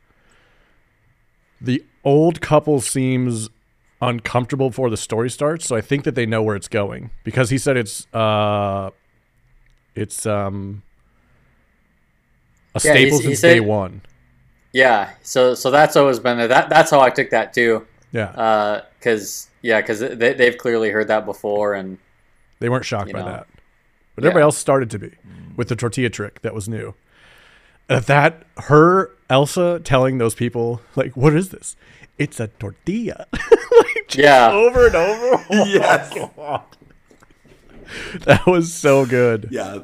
Speaker 1: The old couple seems uncomfortable before the story starts, so I think that they know where it's going because he said it's uh, it's um, a
Speaker 2: Yeah, he's-
Speaker 1: staple
Speaker 2: he
Speaker 1: since
Speaker 2: said-
Speaker 1: day one.
Speaker 2: yeah. So so that's always been there. That that's how I took that too.
Speaker 1: Yeah,
Speaker 2: Because yeah, because they they've clearly heard that before, and
Speaker 1: they weren't shocked
Speaker 2: you
Speaker 1: by
Speaker 2: know.
Speaker 1: that, but
Speaker 2: Yeah.
Speaker 1: everybody else started to be with the tortilla trick that was new. Uh, that her Elsa telling those people like, "What is this? It's a tortilla." Like, just
Speaker 2: Yeah.
Speaker 1: over and over.
Speaker 3: Yes.
Speaker 1: [laughs] that was so good.
Speaker 3: [laughs] Yeah.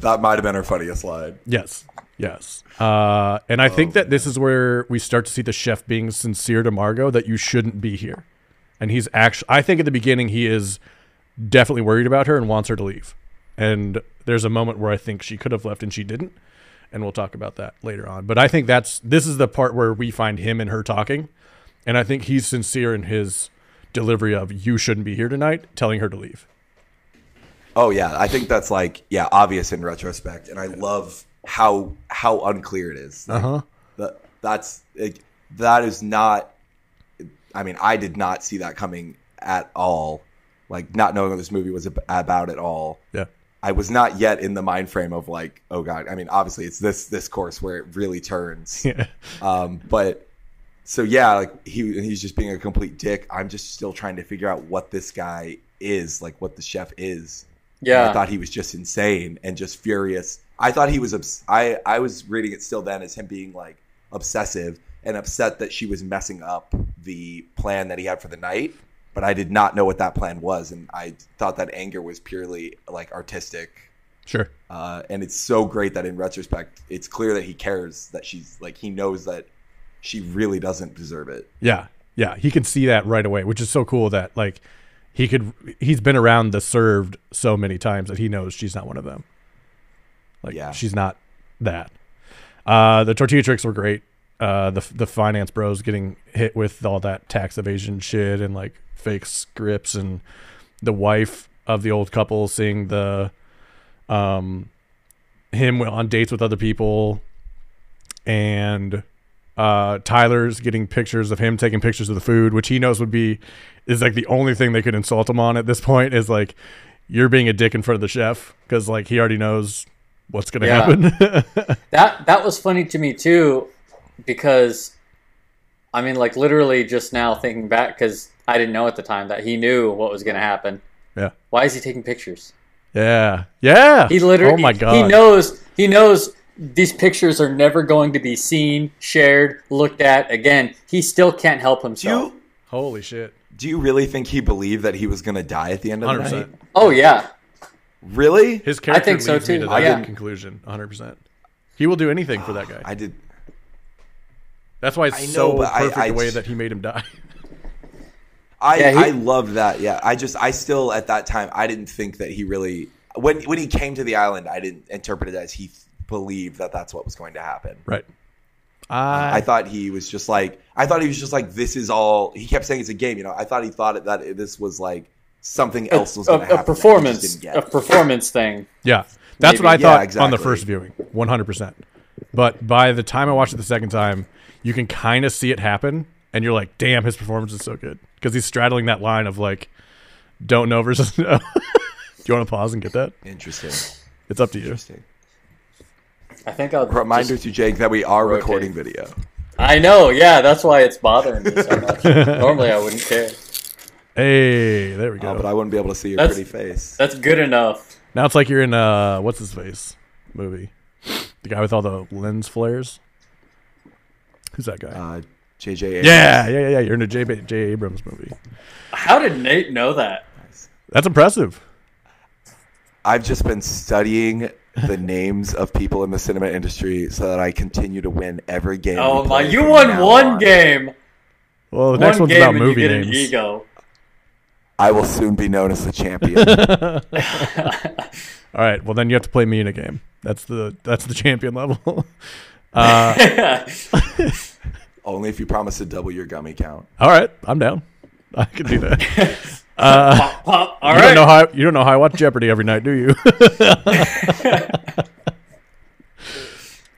Speaker 3: That might have been our funniest line.
Speaker 1: Yes. Yes. Uh, and I think that this is where we start to see the chef being sincere to Margot that you shouldn't be here. And he's actually, I think at the beginning, he is definitely worried about her and wants her to leave. And there's a moment where I think she could have left and she didn't. And we'll talk about that later on. But I think that's, this is the part where we find him and her talking. And I think he's sincere in his delivery of, you shouldn't be here tonight, telling her to leave.
Speaker 3: Oh yeah, I think that's like yeah, obvious in retrospect, and I love how how unclear it is. Like,
Speaker 1: Uh-huh.
Speaker 3: that- that's like, that is not. I mean, I did not see that coming at all. Like not knowing what this movie was ab- about at all.
Speaker 1: Yeah. [laughs]
Speaker 3: I was not yet in the mind frame of like, oh god. I mean, obviously it's this this course where it really turns.
Speaker 1: Yeah.
Speaker 3: um, but so yeah, like he and he's just being a complete dick. I'm just still trying to figure out what this guy is, like what the chef is. And I
Speaker 2: yeah,
Speaker 3: thought he was just insane and just furious. I thought he was obs- I I was reading it still then as him being like obsessive and upset that she was messing up the plan that he had for the night, but I did not know what that plan was and I thought that anger was purely like artistic.
Speaker 1: Sure.
Speaker 3: Uh, and it's so great that in retrospect, it's clear that he cares that she's like he knows that she really doesn't deserve it.
Speaker 1: Yeah, yeah, he can see that right away, which is so cool that like he could. He's been around the served so many times that he knows she's not one of them. Like,
Speaker 3: Yeah.
Speaker 1: she's not that. Uh, the tortilla tricks were great. Uh, the the finance bros getting hit with all that tax evasion shit and like fake scripts and the wife of the old couple seeing the um him on dates with other people and uh, Tyler's getting pictures of him taking pictures of the food, which he knows would be is like the only thing they could insult him on at this point is like you're being a dick in front of the chef because like he already knows what's gonna
Speaker 2: Yeah.
Speaker 1: happen. [laughs]
Speaker 2: that that was funny to me too, because I mean, like literally just now thinking back, because I didn't know at the time that he knew what was going to happen.
Speaker 1: yeah,
Speaker 2: Why is he taking pictures?
Speaker 1: yeah, yeah.
Speaker 2: He literally,
Speaker 1: Oh my god.
Speaker 2: he knows, he knows these pictures are never going to be seen, shared, looked at again. He still can't help
Speaker 3: Do
Speaker 2: himself.
Speaker 3: you
Speaker 1: Holy shit.
Speaker 3: do you really think he believed that he was going to die at the end of
Speaker 1: Hundred
Speaker 3: the night?
Speaker 1: percent.
Speaker 2: Oh yeah,
Speaker 3: Really?
Speaker 1: His character
Speaker 2: think so,
Speaker 1: leads me
Speaker 2: too.
Speaker 1: to
Speaker 2: I
Speaker 1: that
Speaker 2: didn't-
Speaker 1: conclusion. Hundred percent. He will do anything for
Speaker 2: [sighs]
Speaker 1: that guy.
Speaker 3: I did.
Speaker 1: That's why it's
Speaker 3: I know,
Speaker 1: so
Speaker 3: but I-
Speaker 1: perfect
Speaker 3: I
Speaker 1: the way
Speaker 3: just-
Speaker 1: that he made him die. [laughs]
Speaker 3: I
Speaker 2: Yeah, he-
Speaker 3: I loved that. Yeah, I just I still at that time I didn't think that he really when when he came to the island I didn't interpret it as he believed that that's what was going to happen.
Speaker 1: right.
Speaker 3: I thought he was just like I thought he was just like this is all he kept saying it's a game, you know. I thought he thought it- that it- this was like something else was
Speaker 2: a,
Speaker 3: going to happen.
Speaker 2: a
Speaker 3: that he just
Speaker 2: performance,
Speaker 3: didn't get.
Speaker 2: a performance thing.
Speaker 1: Yeah, that's
Speaker 2: Maybe.
Speaker 1: what I
Speaker 3: Yeah,
Speaker 1: thought on the
Speaker 3: exactly.
Speaker 1: first viewing, one hundred percent. But by the time I watched it the second time, you can kind of see it happen, and you're like, "Damn, his performance is so good," because he's straddling that line of like, "Don't know versus [laughs] know." Do you want to pause and get that?
Speaker 3: Interesting.
Speaker 1: It's up to you.
Speaker 3: Interesting.
Speaker 2: I think I'll
Speaker 3: Reminder
Speaker 2: just-
Speaker 3: to Jake that we are
Speaker 2: Rotate.
Speaker 3: recording video.
Speaker 2: I know, yeah, that's why it's bothering me so much.
Speaker 1: [laughs]
Speaker 2: Normally, I wouldn't care.
Speaker 1: Hey, there we go.
Speaker 3: Oh, but I wouldn't be able to see your
Speaker 2: That's-
Speaker 3: pretty face.
Speaker 2: That's good enough.
Speaker 1: Now it's like you're in uh what's his face movie, the guy with all the lens flares. Who's that guy?
Speaker 3: Uh, JJ. Abrams.
Speaker 1: yeah, yeah, yeah, yeah. You're in a J. B- J. Abrams movie.
Speaker 2: How did Nate know that?
Speaker 1: That's impressive.
Speaker 3: I've just been studying the names of people in the cinema industry so that I continue to win every game.
Speaker 2: Oh
Speaker 3: we
Speaker 2: my!
Speaker 3: play
Speaker 2: You
Speaker 3: from
Speaker 2: won
Speaker 3: now
Speaker 2: one
Speaker 3: on.
Speaker 2: game.
Speaker 1: Well, the
Speaker 2: One
Speaker 1: next one's
Speaker 2: game
Speaker 1: about
Speaker 2: and
Speaker 1: movie
Speaker 2: you get an
Speaker 1: names.
Speaker 2: ego.
Speaker 3: I will soon be known as the champion.
Speaker 1: All right. Well, then you have to play me in a game. That's the that's the [laughs] champion level. uh,
Speaker 3: Only if you promise to double your gummy count.
Speaker 1: all right, I'm down. I can do
Speaker 2: [laughs]
Speaker 1: that. You
Speaker 2: pop, pop. All
Speaker 1: don't
Speaker 2: right.
Speaker 1: know how I, you don't know how I watch Jeopardy every night, do you? [laughs]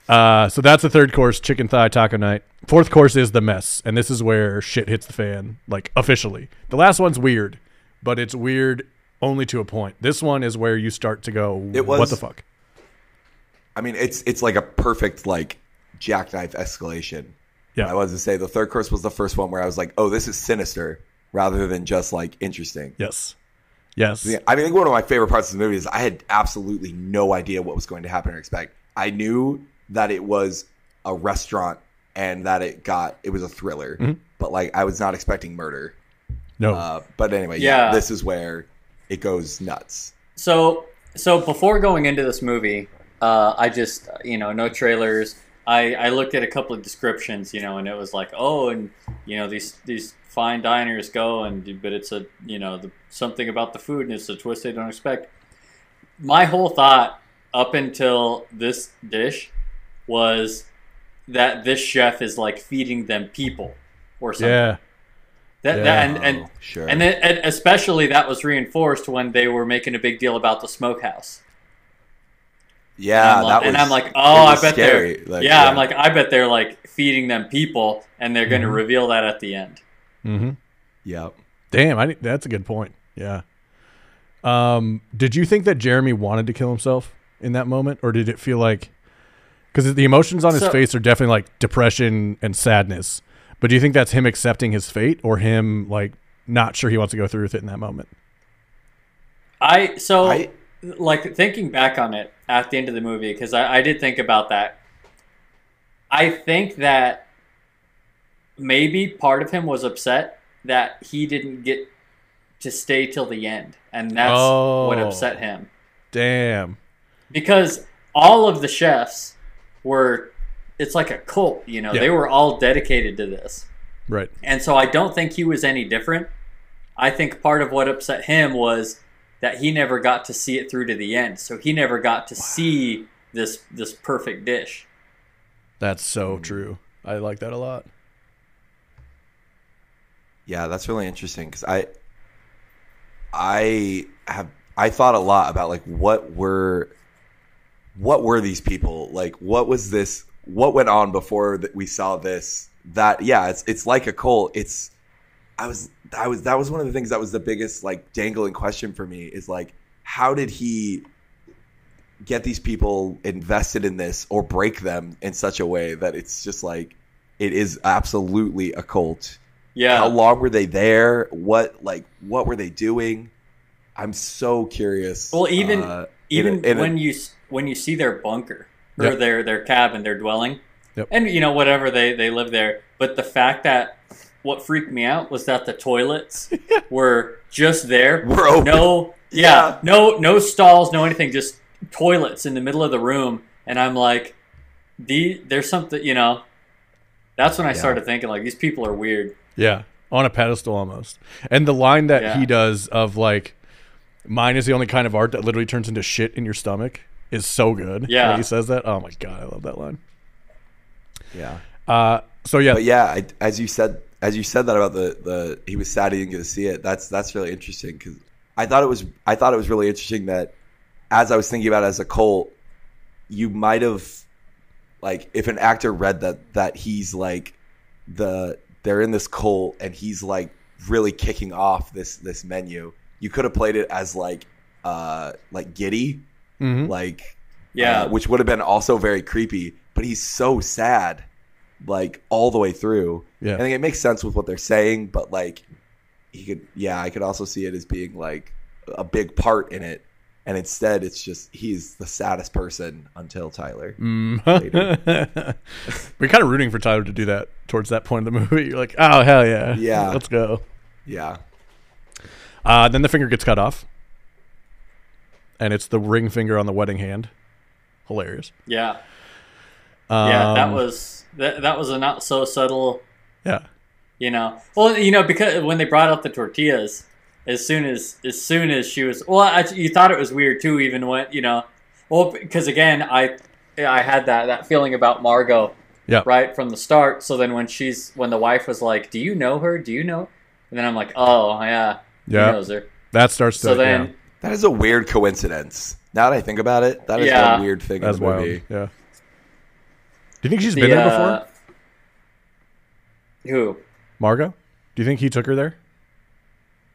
Speaker 1: uh, so that's the third course: chicken thigh taco night. Fourth course is the mess, and this is where shit hits the fan, like officially. The last one's weird, but it's weird only to a point. This one is where you start to go,
Speaker 3: It was-
Speaker 1: "What the fuck?"
Speaker 3: I mean, it's it's like a perfect like jackknife escalation.
Speaker 1: Yeah.
Speaker 3: I was to say the third course was the first one where I was like, oh, this is sinister, rather than just like interesting.
Speaker 1: Yes. Yes.
Speaker 3: Yeah, I mean, I think one of my favorite parts of the movie is I had absolutely no idea what was going to happen or expect. I knew that it was a restaurant and that it got it was a thriller, but like I was not expecting murder.
Speaker 1: No.
Speaker 3: Uh, but anyway, yeah.
Speaker 2: Yeah.
Speaker 3: this is where it goes nuts.
Speaker 2: So, so before going into this movie, uh, I just you know no trailers. I, I looked at a couple of descriptions, you know, and it was like, oh, and you know these these fine diners go, and but it's a you know the, something about the food, and it's a twist they don't expect. My whole thought up until this dish was that this chef is like feeding them people or something.
Speaker 1: yeah.
Speaker 2: That,
Speaker 1: Yeah.
Speaker 2: that and, and
Speaker 3: Oh, sure.
Speaker 2: and then, and especially that was reinforced when they were making a big deal about the smokehouse.
Speaker 3: yeah,
Speaker 2: I'm like-
Speaker 3: Ah, that was
Speaker 2: and I'm like,
Speaker 3: it
Speaker 2: oh, I
Speaker 3: was
Speaker 2: bet
Speaker 3: scary.
Speaker 2: they're, yeah, I'm like, I bet they're like feeding them people, and they're
Speaker 3: Mm-hmm.
Speaker 2: going to reveal that at the end.
Speaker 1: hmm
Speaker 3: yeah.
Speaker 1: Damn, I, didn't- that's a good point. Yeah. Um, did you think that Jeremy wanted to kill himself in that moment, or did it feel like? Because the emotions on his
Speaker 2: So-
Speaker 1: face are definitely like depression and sadness. But do you think that's him accepting his fate, or him like not sure he wants to go through with it in that moment?
Speaker 2: I so
Speaker 3: I-
Speaker 2: like thinking back on it at the end of the movie because I, I did think about that. I think that maybe part of him was upset that he didn't get to stay till the end, and that's what
Speaker 1: Oh.
Speaker 2: upset him.
Speaker 1: Damn.
Speaker 2: because all of the chefs were it's like a cult you know
Speaker 1: Yeah.
Speaker 2: they were all dedicated to this
Speaker 1: Right.
Speaker 2: and so i don't think he was any different i think part of what upset him was that he never got to see it through to the end so he never got to see this this perfect dish
Speaker 1: That's so true. I like that a lot.
Speaker 3: Yeah, that's really interesting because I, I have I thought a lot about like what were, what were these people like? What was this? What went on before that we saw this? That yeah, it's it's like a cult. It's I was I was that was one of the things that was the biggest like dangling question for me is like how did he get these people invested in this or break them in such a way that it's just like it is absolutely a cult
Speaker 2: yeah
Speaker 3: how long were they there what like what were they doing i'm so curious Uh,
Speaker 2: Well, even- [laughs]
Speaker 3: in a-
Speaker 2: even
Speaker 3: in a-
Speaker 2: when you s- when you see their bunker or
Speaker 1: Yep.
Speaker 2: their their cabin, their dwelling,
Speaker 1: Yep.
Speaker 2: and you know whatever they they live there. But the fact that what freaked me out was that
Speaker 1: [laughs]
Speaker 2: the toilets were just there.
Speaker 3: Were open.
Speaker 2: No, yeah,
Speaker 3: Yeah.
Speaker 2: no, no stalls, no anything. Just toilets in the middle of the room, and I'm like, the there's something you know. That's when I
Speaker 3: Yeah.
Speaker 2: started thinking like these people are weird.
Speaker 1: Yeah, on a pedestal almost. And the line that
Speaker 2: Yeah.
Speaker 1: he does of like, "Mine is the only kind of art that literally turns into shit in your stomach" is so good.
Speaker 2: Yeah.
Speaker 1: when he says that. Oh my god, I love that line.
Speaker 3: [laughs] yeah
Speaker 1: Uh, so yeah,
Speaker 3: but yeah I, as you said as you said that about the the he was sad he didn't get to see it that's that's really interesting because i thought it was i thought it was really interesting that as i was thinking about it as a cult you might have like if an actor read that that he's like the they're in this cult and he's like really kicking off this this menu you could have played it as like uh like giddy
Speaker 1: mhm.
Speaker 3: like
Speaker 2: Yeah,
Speaker 3: uh, which would have been also very creepy but he's so sad like all the way through i
Speaker 1: yeah,
Speaker 3: think it makes sense with what they're saying but like he could yeah i could also see it as being like a big part in it and instead it's just he's the saddest person until Tyler.
Speaker 1: Mm. Mm-hmm. [laughs] We're kind of rooting for Tyler to do that towards that point of the movie. You're like, oh hell yeah,
Speaker 3: Yeah.
Speaker 1: let's go.
Speaker 3: Yeah.
Speaker 1: Uh, then the finger gets cut off, and it's the ring finger on the wedding hand. Hilarious.
Speaker 2: Yeah. Yeah. that
Speaker 1: Um,
Speaker 2: was that, that was a not so subtle
Speaker 1: yeah.
Speaker 2: You know, well, you know, because when they brought out the tortillas, as soon as as soon as she was, well, I, you thought it was weird too, even when you know, well, because again, I I had that that feeling about Margot,
Speaker 1: Yeah.
Speaker 2: right from the start. So then when she's when the wife was like, "Do you know her? Do you know?" and then I'm like, "Oh yeah,
Speaker 1: Yeah.
Speaker 2: he knows her."
Speaker 1: That starts to
Speaker 2: So then,
Speaker 3: That is a weird coincidence. Now that I think about it, that is
Speaker 2: Yeah.
Speaker 3: one weird thing
Speaker 1: yeah, that's
Speaker 3: in the
Speaker 1: wild.
Speaker 3: movie.
Speaker 1: Yeah. Do you think she's
Speaker 2: the,
Speaker 1: been there
Speaker 2: uh,
Speaker 1: before,
Speaker 2: who?
Speaker 1: Margot? Do you think he took her there?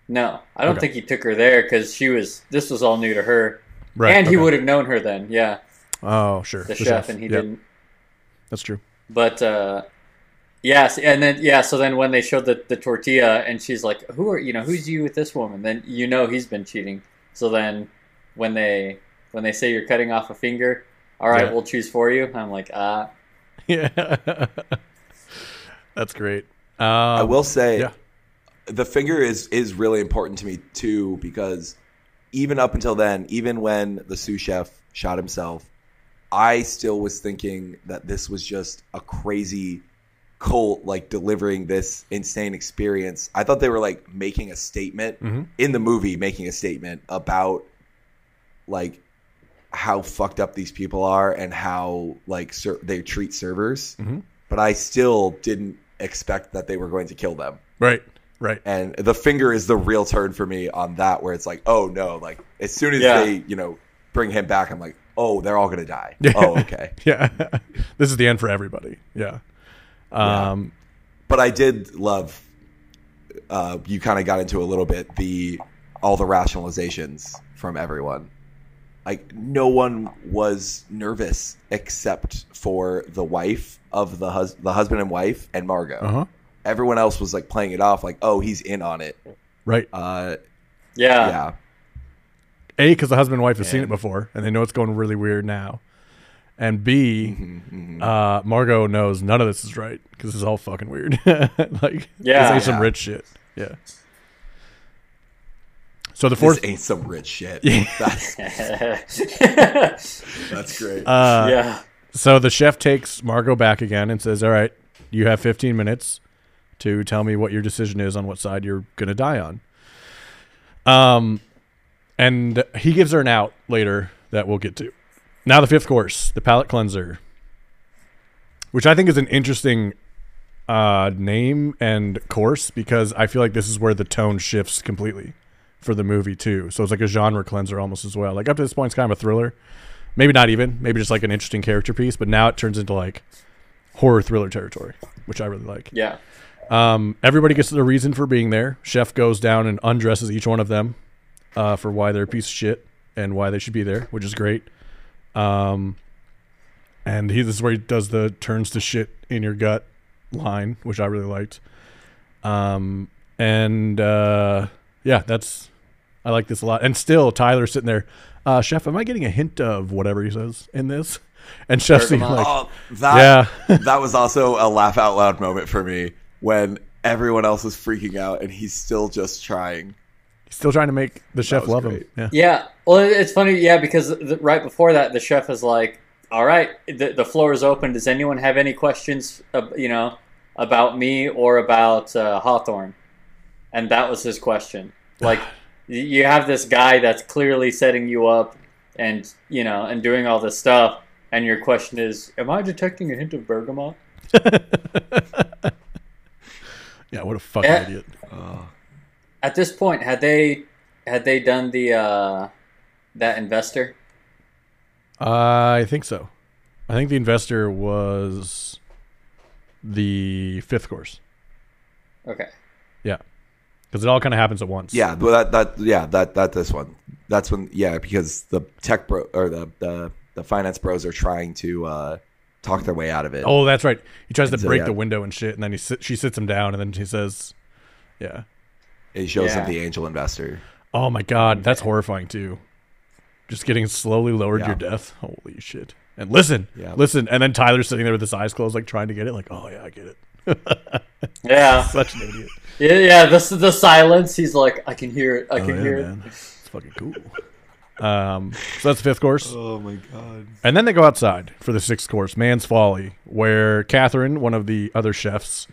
Speaker 2: No, I don't
Speaker 1: Okay.
Speaker 2: think he took her there because she was. This was all new to her,
Speaker 1: Right.
Speaker 2: and he
Speaker 1: okay.
Speaker 2: would have known her then. Yeah,
Speaker 1: Oh, sure.
Speaker 2: the, chef, and he
Speaker 1: Yeah,
Speaker 2: didn't.
Speaker 1: That's true. [laughs]
Speaker 2: But uh, yes, and then yeah, so then when they showed the, the tortilla, and she's like, "Who are you know who's you with this woman?" Then you know he's been cheating. So then when they when they say you're cutting off a finger, all right,
Speaker 1: Yeah.
Speaker 2: we'll choose for you. I'm like, ah,
Speaker 1: Yeah. that's great. Um,
Speaker 3: I will say
Speaker 1: yeah.
Speaker 3: the finger is is really important to me too because even up until then, even when the sous chef shot himself, I still was thinking that this was just a crazy cult like delivering this insane experience. I thought they were like making a statement
Speaker 1: Mhm.
Speaker 3: in the movie making a statement about like how fucked up these people are and how like ser- they treat servers
Speaker 1: Mhm.
Speaker 3: but i still didn't expect that they were going to kill them
Speaker 1: Right. Right. [laughs]
Speaker 3: and the finger is the real turn for me on that where it's like oh no like as soon as
Speaker 2: Yeah.
Speaker 3: they you know bring him back i'm like oh they're all gonna die
Speaker 1: Yeah.
Speaker 3: oh okay
Speaker 1: Yeah. this is the end for everybody. Yeah. Um,
Speaker 3: but i did love uh you kind of got into a little bit the all the rationalizations from everyone like no one was nervous except for the wife of the hus- the husband and wife and margot
Speaker 1: Uh huh.
Speaker 3: everyone else was like playing it off like oh he's in on it
Speaker 1: Right.
Speaker 3: uh
Speaker 2: yeah,
Speaker 3: yeah
Speaker 1: A, because the husband and wife have seen it
Speaker 3: And-
Speaker 1: before and they know it's going really weird now. And B,
Speaker 3: Mhm, mhm.
Speaker 1: uh, Margot knows none of this is right because this is all fucking weird. [laughs] like, this
Speaker 2: Yeah.
Speaker 1: ain't some
Speaker 3: Yeah.
Speaker 1: rich shit. Yeah. So the
Speaker 3: This
Speaker 1: fourth,
Speaker 3: ain't some rich
Speaker 1: [laughs]
Speaker 3: shit.
Speaker 1: Yeah.
Speaker 2: [laughs]
Speaker 3: That's,
Speaker 2: yeah,
Speaker 3: that's great.
Speaker 1: uh, so the chef takes Margot back again and says, "All right, you have 15 minutes to tell me what your decision is on what side you're gonna die on." Um, and he gives her an out later that we'll get to. Now the fifth course, the palate cleanser, which I think is an interesting uh, name and course because I feel like this is where the tone shifts completely for the movie too. So it's like a genre cleanser almost as well. Like up to this point, it's kind of a thriller. Maybe not even. Maybe just like an interesting character piece. But now it turns into like horror thriller territory, which I really like.
Speaker 2: yeah,
Speaker 1: Um, everybody gets their reason for being there. Chef goes down and undresses each one of them uh, for why they're a piece of shit and why they should be there, which is great. Um, and he this is where he does the turns to shit in your gut line, which I really liked. Um, and uh, yeah, that's I like this a lot. And still, Tyler's sitting there. Uh, Chef, am I getting a hint of whatever he says in this? And Chef's being
Speaker 2: Bergamot.
Speaker 1: like,
Speaker 3: oh, that,
Speaker 1: yeah,
Speaker 3: [laughs] that was also a laugh out loud moment for me when everyone else was freaking out and he's still just trying.
Speaker 1: [laughs] he's still trying to make the chef
Speaker 3: was
Speaker 1: love him.
Speaker 3: great.
Speaker 1: Yeah.
Speaker 2: yeah. Well, it's funny, yeah, because the, right before that, the chef is like, "All right, the, the floor is open. Does anyone have any questions? Uh, you know, about me or about uh, Hawthorne?" and that was his question. Like, y- you have this guy that's clearly setting you up, and you know, and doing all this stuff, and your question is, "Am I detecting a hint of bergamot?"
Speaker 1: Yeah, what a fucking
Speaker 2: Yeah.
Speaker 1: idiot.
Speaker 3: Oh,
Speaker 2: At this point, had they had they done the uh, that investor?
Speaker 1: I think so. I think the investor was the fifth course
Speaker 2: Okay,
Speaker 1: because it all kind of happens at once.
Speaker 3: yeah, but that, that yeah that that this one that's when yeah because the tech bro or the the, the finance bros are trying to uh, talk their way out of it.
Speaker 1: Oh, that's right. He tries to
Speaker 3: And so,
Speaker 1: break
Speaker 3: yeah.
Speaker 1: the window and shit, and then he sit, she sits him down, and then she says, "Yeah."
Speaker 3: It shows
Speaker 2: Yeah.
Speaker 3: him the angel investor.
Speaker 1: Oh my god, that's horrifying too. Just getting slowly lowered
Speaker 3: Yeah.
Speaker 1: your death. Holy shit. And listen,
Speaker 3: Yeah.
Speaker 1: listen. And then Tyler's sitting there with his eyes closed, like trying to get it, like, oh, yeah, I get it.
Speaker 2: Yeah.
Speaker 1: Such an idiot.
Speaker 2: Yeah, yeah, this is the silence. He's like, I can hear it. I
Speaker 1: Oh,
Speaker 2: can
Speaker 1: yeah,
Speaker 2: hear
Speaker 1: man. It's fucking cool. Um, so that's the fifth course.
Speaker 3: Oh my god.
Speaker 1: And then they go outside for the sixth course, Man's Folly, where Catherine, one of the other chefs,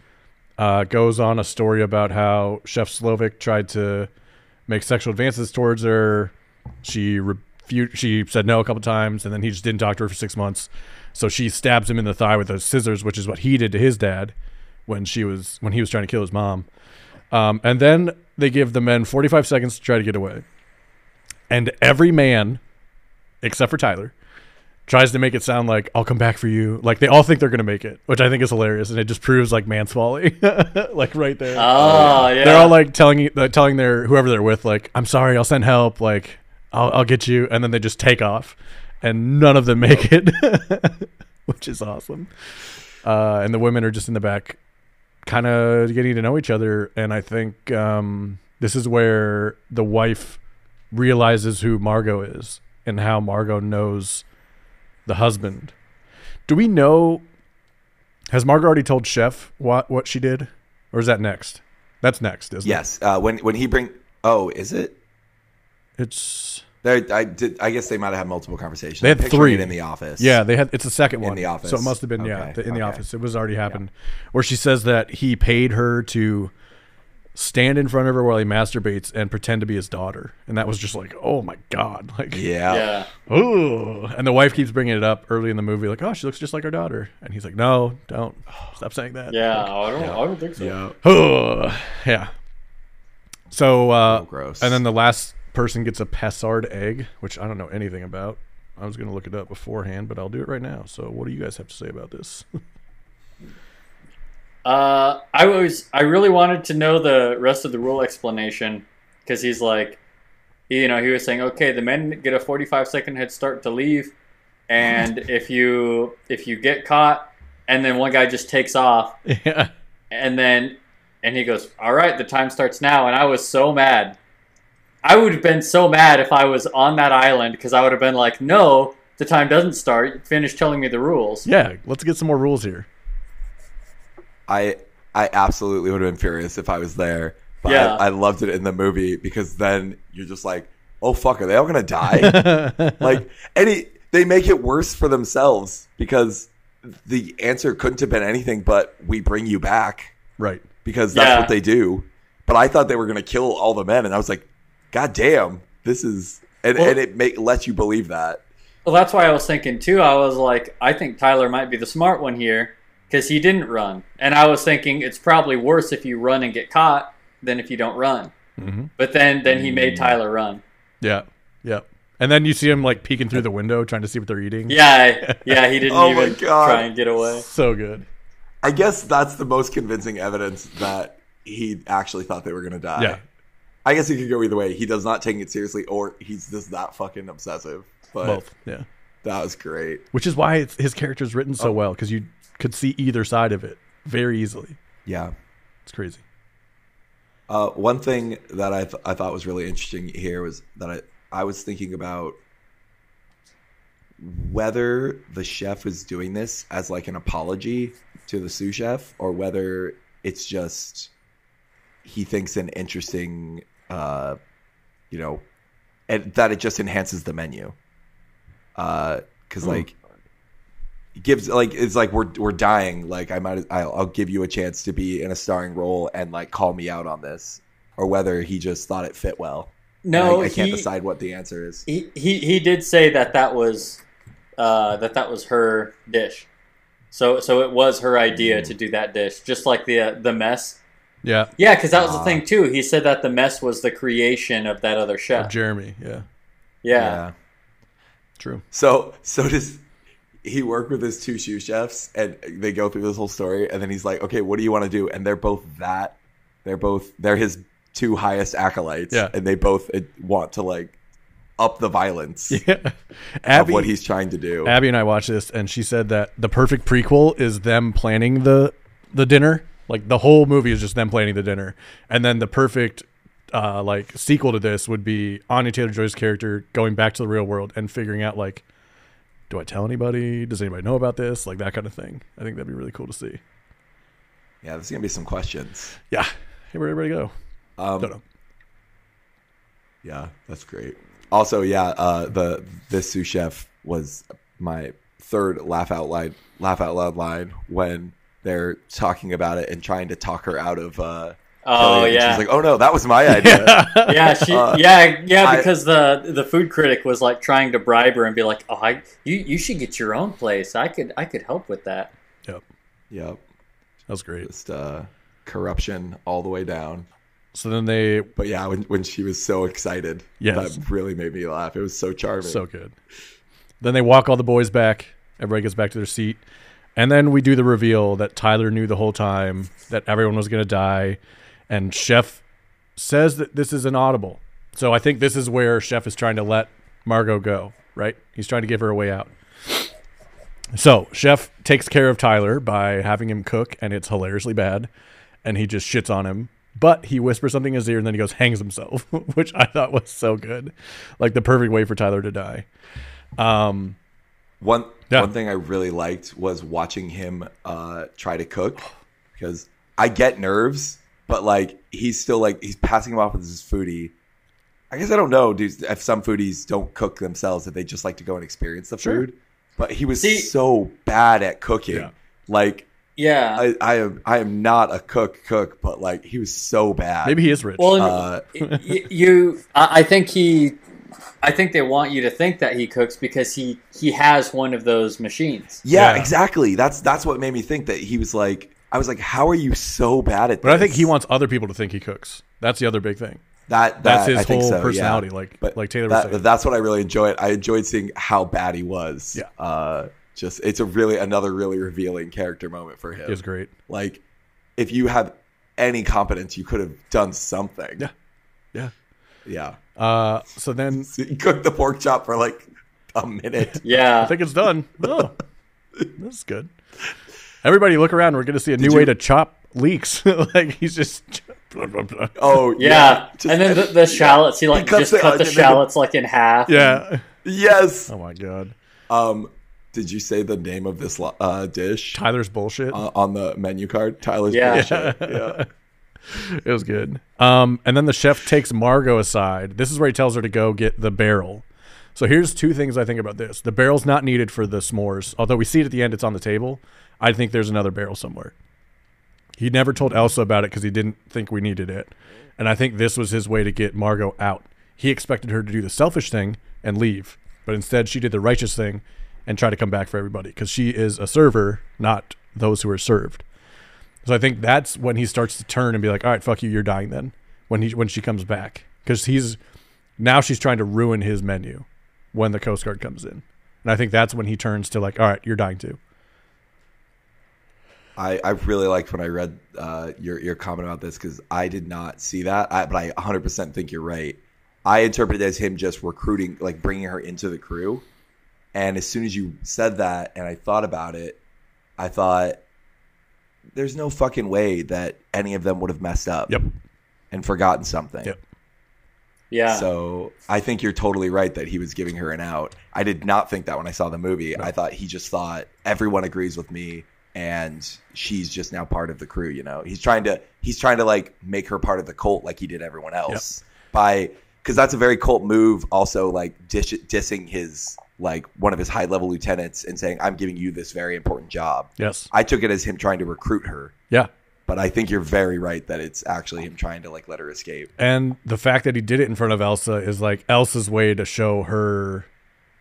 Speaker 1: uh, goes on a story about how Chef Slovak tried to make sexual advances towards her. She refu- she said no a couple times, and then he just didn't talk to her for six months. So she stabs him in the thigh with those scissors, which is what he did to his dad when she was when he was trying to kill his mom. Um, and then they give the men 45 seconds to try to get away. And every man, except for Tyler, tries to make it sound like I'll come back for you. Like they all think they're gonna make it, which I think is hilarious, and it just proves like man's folly, [laughs] like right there.
Speaker 2: it. Oh, yeah.
Speaker 1: They're all like telling uh, telling their whoever they're with, like I'm sorry, I'll send help, like I'll, I'll get you, and then they just take off, and none of them make it, [laughs] which is awesome. Uh, and the women are just in the back, kind of getting to know each other, and I think um, this is where the wife realizes who Margot is and how Margot knows the husband. Do we know? Has Margot already told Chef what what she did, or is that next? That's next, isn't it?
Speaker 3: Yes. Uh, when when he bring oh is it
Speaker 1: It's
Speaker 3: there? I did. I guess they might have had multiple conversations.
Speaker 1: They had
Speaker 3: I'm picturing
Speaker 1: three.
Speaker 3: it in the office.
Speaker 1: yeah. They had it's the second one
Speaker 3: the office.
Speaker 1: so it must have been yeah
Speaker 3: Okay,
Speaker 1: the, in the
Speaker 3: okay.
Speaker 1: office. It was already happened, where she says that he paid her to stand in front of her while he masturbates and pretend to be his daughter, and that was just like, oh my god, like
Speaker 3: Yeah.
Speaker 2: yeah.
Speaker 1: Ooh. And the wife keeps bringing it up early in the movie, like, oh, she looks just like her daughter. And he's like, no, don't. Stop saying that.
Speaker 2: Yeah. I don't, I don't think so.
Speaker 3: Yeah.
Speaker 1: Ugh. yeah. So, uh,
Speaker 3: Oh, gross.
Speaker 1: and then the last person gets a Passard egg, which I don't know anything about. I was going to look it up beforehand, but I'll do it right now. So, what do you guys have to say about this? [laughs]
Speaker 2: Uh, I was I really wanted to know the rest of the rule explanation because he's like, you know, he was saying, okay, the men get a forty-five second head start to leave,
Speaker 1: [laughs]
Speaker 2: and if you if you get caught, and then one guy just takes off,
Speaker 1: yeah.
Speaker 2: and then and he goes, all right, the time starts now, and I was so mad. I would have been so mad if I was on that island because I would have been like, no, the time doesn't start. Finish telling me the rules.
Speaker 1: Yeah. Let's get some more rules here.
Speaker 3: I I absolutely would have been furious if I was there. But
Speaker 2: Yeah.
Speaker 3: I, I loved it in the movie because then you're just like, oh fuck, are they all
Speaker 2: [laughs]
Speaker 3: gonna die? like any they make it worse for themselves because the answer couldn't have been anything but we bring you back
Speaker 1: [laughs] right.
Speaker 3: because that's
Speaker 2: Yeah.
Speaker 3: what they do. But I thought they were gonna kill all the men, and I was like, God damn, this is and,
Speaker 2: Well-
Speaker 3: and it make lets you believe that.
Speaker 2: Well, that's why I was thinking too. I was like, I think Tyler might be the smart one here because he didn't run. And I was thinking it's probably worse if you run and get caught than if you don't run.
Speaker 1: Mm-hmm.
Speaker 2: But then, then he
Speaker 3: Mm.
Speaker 2: made Tyler run.
Speaker 1: Yeah. Yeah. And then you see him like peeking through the window trying to see what they're eating.
Speaker 2: Yeah, I- yeah, he didn't
Speaker 3: [laughs] Oh my
Speaker 2: even
Speaker 3: God.
Speaker 2: try and get away.
Speaker 1: So good.
Speaker 3: I guess that's the most convincing evidence that he actually thought they were gonna die.
Speaker 1: Yeah.
Speaker 3: I guess it could go either way. He does not take it seriously, or he's just that fucking obsessive. But
Speaker 1: Both. Yeah.
Speaker 3: that was great.
Speaker 1: which is why it's, his character's written so well because you could see either side of it very easily.
Speaker 3: Yeah.
Speaker 1: It's crazy.
Speaker 3: Uh, one thing that I th- I thought was really interesting here was that I I was thinking about whether the chef is doing this as like an apology to the sous chef, or whether it's just he thinks an interesting, uh, you know, and that it just enhances the menu. Because like it gives like it's like we're we're dying. Like I might I'll, I'll give you a chance to be in a starring role and like call me out on this, or whether he just thought it fit well.
Speaker 2: No,
Speaker 3: I, I can't
Speaker 2: he,
Speaker 3: decide what the answer is.
Speaker 2: he he he did say that that was uh, that that was her dish. So so it was her idea
Speaker 3: Mm.
Speaker 2: to do that dish, just like the uh, the mess.
Speaker 1: Yeah.
Speaker 2: Yeah, because that was the
Speaker 3: Ah.
Speaker 2: thing too. He said that the mess was the creation of that other
Speaker 1: Of
Speaker 2: chef.
Speaker 1: Jeremy. Yeah.
Speaker 2: yeah.
Speaker 1: [laughs] True.
Speaker 3: So so does he work with his two shoe chefs and they go through this whole story and then he's like, Okay, what do you want to do? And they're both that they're both they're his two highest acolytes.
Speaker 1: Yeah.
Speaker 3: And they both eh, want to like up the violence
Speaker 1: Yeah.
Speaker 3: of
Speaker 1: Abby,
Speaker 3: what he's trying to do.
Speaker 1: Abby and I watched this, and she said that the perfect prequel is them planning the the dinner. Like the whole movie is just them planning the dinner, and then the perfect uh, like sequel to this would be Anya Taylor Joy's character going back to the real world and figuring out like, do I tell anybody? Does anybody know about this? Like that kind of thing. I think that'd be really cool to see.
Speaker 3: Yeah, there's gonna be some questions.
Speaker 1: Yeah. Hey, where'd everybody go?
Speaker 3: Um,
Speaker 1: Don't know.
Speaker 3: Yeah, that's great. Also, yeah, uh, the this sous chef was my third laugh out line, laugh out loud line when they're talking about it and trying to talk her out of. Uh,
Speaker 2: Oh
Speaker 3: killing it.
Speaker 2: yeah,
Speaker 3: she's like, oh no, that was my idea.
Speaker 2: yeah, she,
Speaker 3: [laughs] uh,
Speaker 2: yeah, yeah.
Speaker 3: I-
Speaker 2: Because the the food critic was like trying to bribe her and be like, "Oh, I, you you should get your own place. I could I could help with that."
Speaker 1: Yep.
Speaker 3: Yep,
Speaker 1: That was great.
Speaker 3: just uh, corruption all the way down.
Speaker 1: So then they
Speaker 3: But yeah, when when she was so excited,
Speaker 1: Yes.
Speaker 3: that really made me laugh. It was so charming.
Speaker 1: So good. Then they walk all the boys back. Everybody gets back to their seat. And then we do the reveal that Tyler knew the whole time that everyone was going to die. And Chef says that this is inaudible. So I think this is where Chef is trying to let Margot go, right? He's trying to give her a way out. So Chef takes care of Tyler by having him cook, and it's hilariously bad. And he just shits on him. But he whispers something in his ear and then he goes, hangs himself, [laughs] which I thought was so good. Like the perfect way for Tyler to die. Um,
Speaker 3: One
Speaker 1: Yeah.
Speaker 3: one thing I really liked was watching him uh, try to cook because I get nerves, but like he's still like he's passing him off as his foodie. I guess I don't know, dude. If some foodies don't cook themselves, if they just like to go and experience the
Speaker 1: Sure.
Speaker 3: food, but he was
Speaker 2: See-
Speaker 3: so bad at cooking.
Speaker 1: Yeah.
Speaker 3: Like
Speaker 2: Yeah.
Speaker 3: I, I am, I am not a cook, cook, but like he was so bad.
Speaker 1: maybe he is rich.
Speaker 2: well,
Speaker 3: uh,
Speaker 2: y- y- you, I I think he, I think they want you to think that he cooks because he he has one of those machines.
Speaker 3: Yeah,
Speaker 1: Yeah.
Speaker 3: exactly. That's that's what made me think that he was like. I was like, "How are you so bad at?"
Speaker 1: but I
Speaker 3: this?"
Speaker 1: think he wants other people to think he cooks. That's the other big thing.
Speaker 3: that. that
Speaker 1: That's his
Speaker 3: I think
Speaker 1: whole
Speaker 3: so, yeah.
Speaker 1: personality. Like
Speaker 3: But
Speaker 1: like Taylor was
Speaker 3: that,
Speaker 1: saying.
Speaker 3: that's what I really enjoyed. I enjoyed seeing how bad he was.
Speaker 1: Yeah.
Speaker 3: Uh, just it's a really another really revealing character moment for him.
Speaker 1: is great.
Speaker 3: Like, if you have any competence, you could have done something.
Speaker 1: Yeah. Yeah.
Speaker 3: Yeah.
Speaker 1: Uh, so then
Speaker 3: So he cooked the pork chop for like
Speaker 1: [laughs]
Speaker 3: a minute.
Speaker 1: I
Speaker 2: Yeah.
Speaker 1: think it's
Speaker 3: [laughs]
Speaker 1: done. Oh, that's good. Everybody look around. We're going to see a new way
Speaker 3: you-
Speaker 1: to chop leeks. [laughs] like he's just. [laughs] blah, blah, blah.
Speaker 3: Oh
Speaker 2: Yeah.
Speaker 3: Just-
Speaker 2: and then the, the shallots, he like
Speaker 3: cuts
Speaker 2: just
Speaker 3: the
Speaker 2: cut the
Speaker 3: onion, they go-
Speaker 2: shallots like in half.
Speaker 1: Yeah.
Speaker 3: yes.
Speaker 1: Oh my God.
Speaker 3: Um, did you say the name of this lo- uh, dish?
Speaker 1: Tyler's bullshit.
Speaker 3: uh, on the menu card. Tyler's
Speaker 2: Yeah.
Speaker 3: bullshit. yeah.
Speaker 1: It was good. Um, and then the chef takes Margot aside. This is where he tells her to go get the barrel. So here's two things I think about this. The barrel's not needed for the s'mores, although we see it at the end, it's on the table. I think there's another barrel somewhere. He never told Elsa about it because he didn't think we needed it. And I think this was his way to get Margot out. He expected her to do the selfish thing and leave, but instead she did the righteous thing and try to come back for everybody because she is a server, not those who are served. So I think that's when he starts to turn and be like, "All right, fuck you, you're dying." Then when he when she comes back, because he's now she's trying to ruin his menu when the Coast Guard comes in, and I think that's when he turns to like, "All right, you're dying too."
Speaker 3: I, I really liked when I read uh, your your comment about this because I did not see that, I, but I 100% think you're right. I interpreted it as him just recruiting, like bringing her into the crew. And as soon as you said that, and I thought about it, I thought, there's no fucking way that any of them would have messed up
Speaker 1: Yep.
Speaker 3: and forgotten something.
Speaker 1: Yep.
Speaker 2: Yeah.
Speaker 3: So I think you're totally right that he was giving her an out. I did not think that when I saw the movie. I thought he just thought everyone agrees with me and she's just now part of the crew, you know. He's trying to he's trying to like make her part of the cult like he did everyone else by cuz that's a very cult move also like dish, dissing his like one of his high level lieutenants and saying I'm giving you this very important job.
Speaker 1: Yes.
Speaker 3: I took it as him trying to recruit her,
Speaker 1: Yeah.
Speaker 3: but I think you're very right that it's actually him trying to like let her escape.
Speaker 1: And the fact that he did it in front of Elsa is like Elsa's way to show her.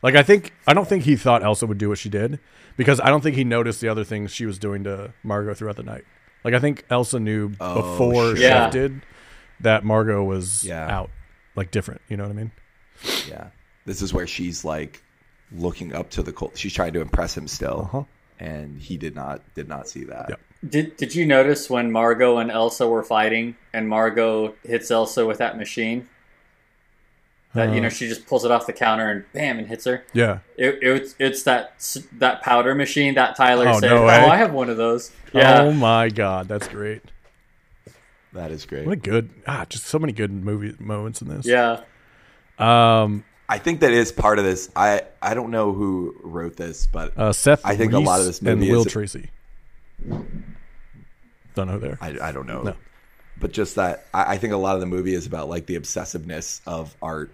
Speaker 1: Like I think I don't think he thought Elsa would do what she did because I don't think he noticed the other things she was doing to Margot throughout the night. Like I think Elsa knew
Speaker 3: Oh,
Speaker 1: before
Speaker 3: shit.
Speaker 1: Chef
Speaker 2: Yeah.
Speaker 1: did that Margot was
Speaker 3: Yeah.
Speaker 1: out, like different. You know what I mean?
Speaker 3: Yeah. This is where she's like looking up to the cult. She's trying to impress him still.
Speaker 1: Uh-huh.
Speaker 3: And he did not did not see that.
Speaker 1: Yep.
Speaker 2: Did Did you notice when Margot and Elsa were fighting, and Margot hits Elsa with that machine? That you know, she just pulls it off the counter and bam, and hits her.
Speaker 1: Yeah.
Speaker 2: It, it's it's that s- that powder machine that Tyler
Speaker 1: Oh,
Speaker 2: said.
Speaker 1: no
Speaker 2: oh,
Speaker 1: way.
Speaker 2: I have one of those. Yeah,
Speaker 1: Oh my god, that's great.
Speaker 3: That is great.
Speaker 1: What a good ah, just so many good movie moments in this.
Speaker 2: Yeah.
Speaker 1: Um,
Speaker 3: I think that is part of this. I I don't know who wrote this, but
Speaker 1: uh, Seth.
Speaker 3: I think a lot
Speaker 1: Reese
Speaker 3: of this
Speaker 1: and
Speaker 3: movie
Speaker 1: Will
Speaker 3: is-
Speaker 1: Tracy. Don't know there.
Speaker 3: I, I don't know.
Speaker 1: No.
Speaker 3: But just that I, I think a lot of the movie is about like the obsessiveness of art.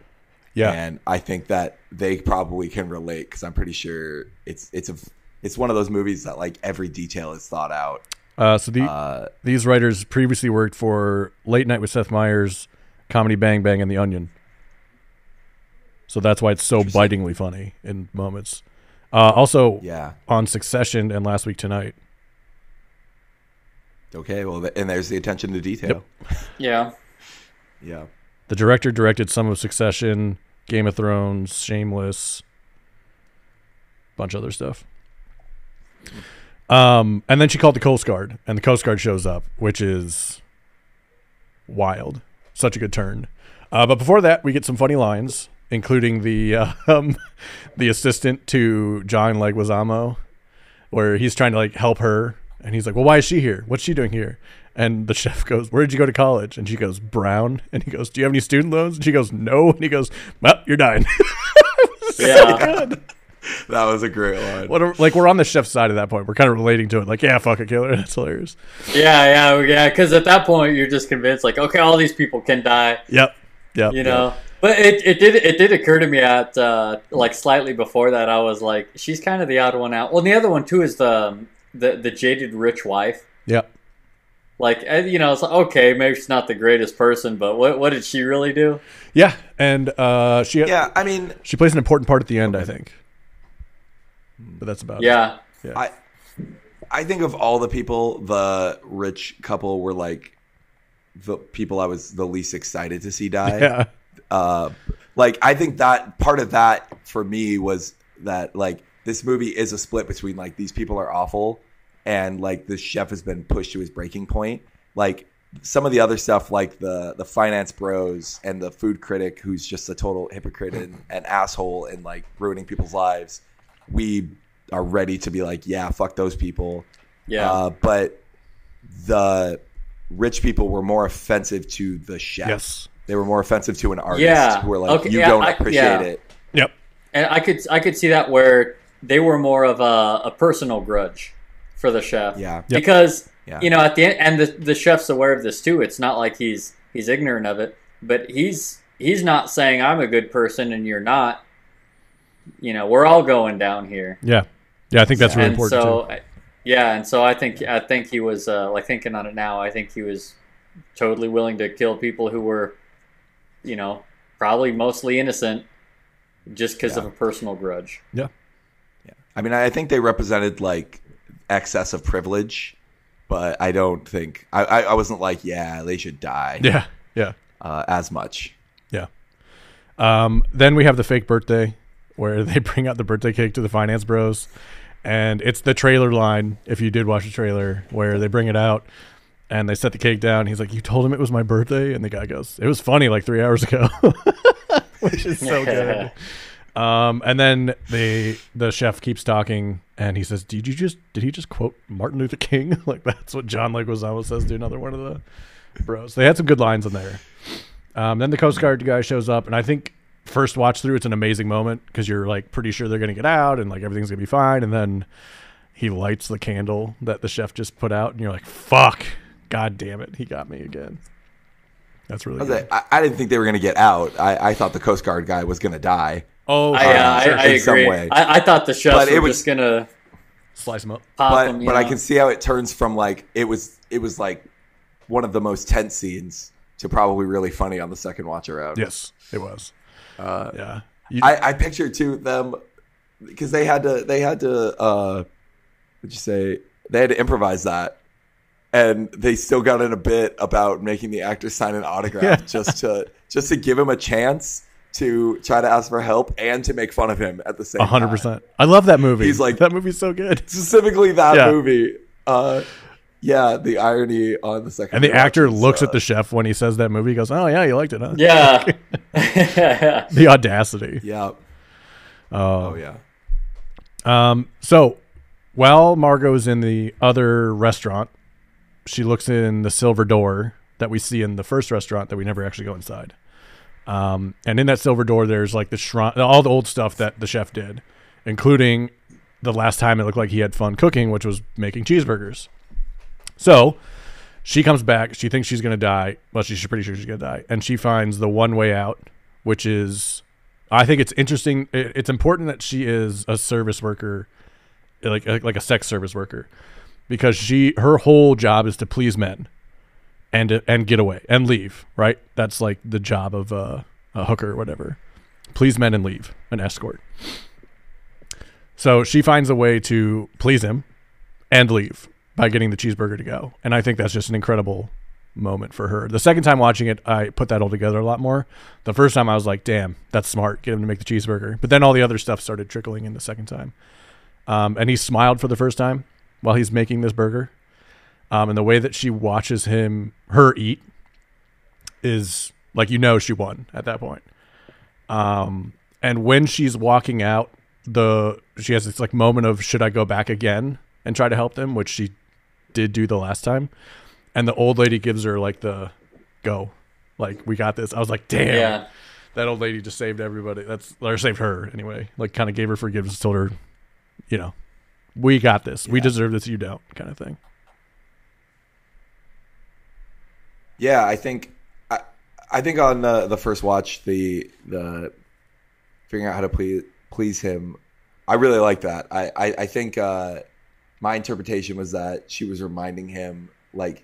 Speaker 1: Yeah.
Speaker 3: And I think that they probably can relate because I'm pretty sure it's it's a it's one of those movies that like every detail is thought out.
Speaker 1: Uh, so the,
Speaker 3: Uh,
Speaker 1: these writers previously worked for Late Night with Seth Meyers, Comedy Bang Bang, and The Onion. So that's why it's so bitingly funny in moments. Uh, also
Speaker 3: yeah.
Speaker 1: on Succession and Last Week Tonight.
Speaker 3: Okay. Well, th- and there's the attention to detail.
Speaker 2: Yeah.
Speaker 3: Yeah.
Speaker 1: The director directed some of Succession, Game of Thrones, Shameless, bunch of other stuff. Um, and then she called the Coast Guard, and the Coast Guard shows up, which is wild. Such a good turn. Uh, but before that, we get some funny lines, including the [laughs] uh, um, the assistant to John Leguizamo, where he's trying to like help her, and he's like, "Well, why is she here? What's she doing here?" And the [laughs] chef goes, "Where did you go to college?" And she goes, "Brown." And he goes, "Do you have any student loans?" And she goes, "No." [laughs] And he goes, "Well, you're dying." [laughs]
Speaker 2: Yeah.
Speaker 3: That was a great line.
Speaker 1: what a- like we're on the chef's side at that point. We're kind of relating to it. Like, yeah, fuck a killer. [laughs] That's hilarious.
Speaker 2: yeah. Yeah. Yeah. Because at that point, you're just convinced, like, okay, all these people can die.
Speaker 1: Yep. Yep.
Speaker 2: you know but it, it did it did occur to me at uh, like slightly before that i was like she's kind of the odd one out well and the other one too is the um, the, the jaded rich wife
Speaker 1: Yep.
Speaker 2: like eh, you know it's like okay maybe she's not the greatest person but what, what did she really do
Speaker 1: Yeah. And uh, she
Speaker 3: Yeah. I mean,
Speaker 1: she plays an important part at the end, I think. But that's about it.
Speaker 2: yeah
Speaker 3: I I think of all the people, the rich couple were like the people I was the least excited to see die.
Speaker 1: Yeah.
Speaker 3: Uh, like I think that part of that for me was that like this movie is a split between like these people are awful and like this chef has been pushed to his breaking point. Like some of the other stuff, like the the finance bros and the food critic who's just a total hypocrite and an asshole and like ruining people's lives. We are ready to be like, yeah, fuck those people.
Speaker 2: yeah
Speaker 3: Uh, but the rich people were more offensive to the chef.
Speaker 1: Yes.
Speaker 3: They were more offensive to an artist
Speaker 2: Yeah.
Speaker 3: who were like,
Speaker 2: Okay,
Speaker 3: you
Speaker 2: yeah,
Speaker 3: don't
Speaker 2: I-
Speaker 3: appreciate
Speaker 2: yeah.
Speaker 3: it.
Speaker 1: Yep.
Speaker 2: and i could i could see that where they were more of a, a personal grudge for the chef
Speaker 3: Yeah.
Speaker 1: Yep.
Speaker 2: because
Speaker 3: Yeah.
Speaker 2: you know at the end and the, the chef's aware of this too it's not like he's he's ignorant of it but he's he's not saying i'm a good person and you're not you know we're all going down here
Speaker 1: Yeah. Yeah. I think that's really
Speaker 2: and
Speaker 1: important.
Speaker 2: so
Speaker 1: too.
Speaker 2: yeah and so i think i think he was uh, like thinking on it now i think he was totally willing to kill people who were you know probably mostly innocent just because of
Speaker 3: Yeah.
Speaker 2: a personal grudge
Speaker 3: I mean, I think they represented like excess of privilege, but I don't think, I, I, I wasn't like, yeah, they should die
Speaker 1: Yeah. Yeah.
Speaker 3: uh, as much.
Speaker 1: Yeah. Um, then we have the fake birthday where [laughs] they bring out the birthday cake to the finance bros. And it's the trailer line, if you did watch the trailer, where they bring it out and they set the cake down. He's like, You told him it was my birthday? And the guy goes, It was funny like three hours ago. [laughs] Which is
Speaker 2: [laughs]
Speaker 1: so good. Um, and then the the chef keeps talking and he says, Did you just did he just quote Martin Luther King? [laughs] like that's what John Leguizamo says to another one of the bros. They had some good lines in there. Um, then the Coast Guard guy shows up, and I think first watch through, it's an amazing moment because you're like pretty sure they're gonna get out and like everything's gonna be fine, and then he lights the candle that the chef just put out, and you're like, "Fuck, god damn it, he got me again." That's really
Speaker 3: I, was
Speaker 1: good.
Speaker 3: like, I, I didn't think they were going to get out. I, I thought the Coast Guard guy was going to die.
Speaker 1: oh,
Speaker 2: I, uh,
Speaker 3: sure,
Speaker 2: I, I
Speaker 3: in some
Speaker 2: agree
Speaker 3: way.
Speaker 2: I, I thought the chefs
Speaker 3: But it
Speaker 2: were
Speaker 3: was-
Speaker 2: just gonna
Speaker 1: slice him up.
Speaker 2: pop
Speaker 3: but
Speaker 2: them, you
Speaker 3: but I
Speaker 2: know?
Speaker 3: can see how it turns from like it was it was like one of the most tense scenes to probably really funny on the second watch around.
Speaker 1: Yes, it was.
Speaker 3: Uh,
Speaker 1: Yeah, You-
Speaker 3: I, I picture too them because they had to they had to uh what'd you say they had to improvise that and they still got in a bit about making the actor sign an autograph
Speaker 1: Yeah.
Speaker 3: just to just to give him a chance to try to ask for help and to make fun of him at the same
Speaker 1: a hundred
Speaker 3: time.
Speaker 1: percent. I love that movie.
Speaker 3: He's like-
Speaker 1: that movie's so good.
Speaker 3: specifically that
Speaker 1: Yeah.
Speaker 3: movie uh yeah the irony on the second
Speaker 1: And the
Speaker 3: watch
Speaker 1: actor
Speaker 3: is,
Speaker 1: looks
Speaker 3: uh,
Speaker 1: at the chef when he says that movie. He goes, "Oh yeah, you liked it, huh?"
Speaker 2: [laughs] yeah
Speaker 1: The audacity.
Speaker 3: yeah oh yeah
Speaker 1: Um, so while Margot's in the other restaurant, she looks in the silver door that we see in the first restaurant that we never actually go inside. Um, and in that silver door, there's like the shrine, all the old stuff that the chef did, including the last time it looked like he had fun cooking, which was making cheeseburgers. So she comes back. She thinks she's going to die. Well, she's pretty sure she's going to die. And she finds the one way out, which is I think it's interesting. it- It's important that she is a service worker, like like a sex service worker, because she her whole job is to please men, and and get away and leave. Right? That's like the job of a, a hooker or whatever. Please men and leave an escort. So she finds a way to please him and leave by getting the cheeseburger to go. And I think that's just an incredible moment for her. The second time watching it, I put that all together a lot more. The first time I was like, damn, that's smart. Get him to make the cheeseburger. But then all the other stuff started trickling in the second time. Um, and he smiled for the first time while he's making this burger. Um, and the way that she watches him, her eat is like, you know, she won at that point. Um, and when she's walking out, the she has this like moment of should I go back again and try to help them, which she did do the last time. And the old lady gives her like the go, like we got this. I was like, damn,
Speaker 2: Yeah.
Speaker 1: that old lady just saved everybody. That's or saved her anyway. Like kind of gave her forgiveness, told her, you know, we got this. We deserve this. You don't, kind of thing.
Speaker 3: Yeah, I think I, I think on the the first watch, the the figuring out how to please please him, I really like that. I I, I think uh, my interpretation was that she was reminding him like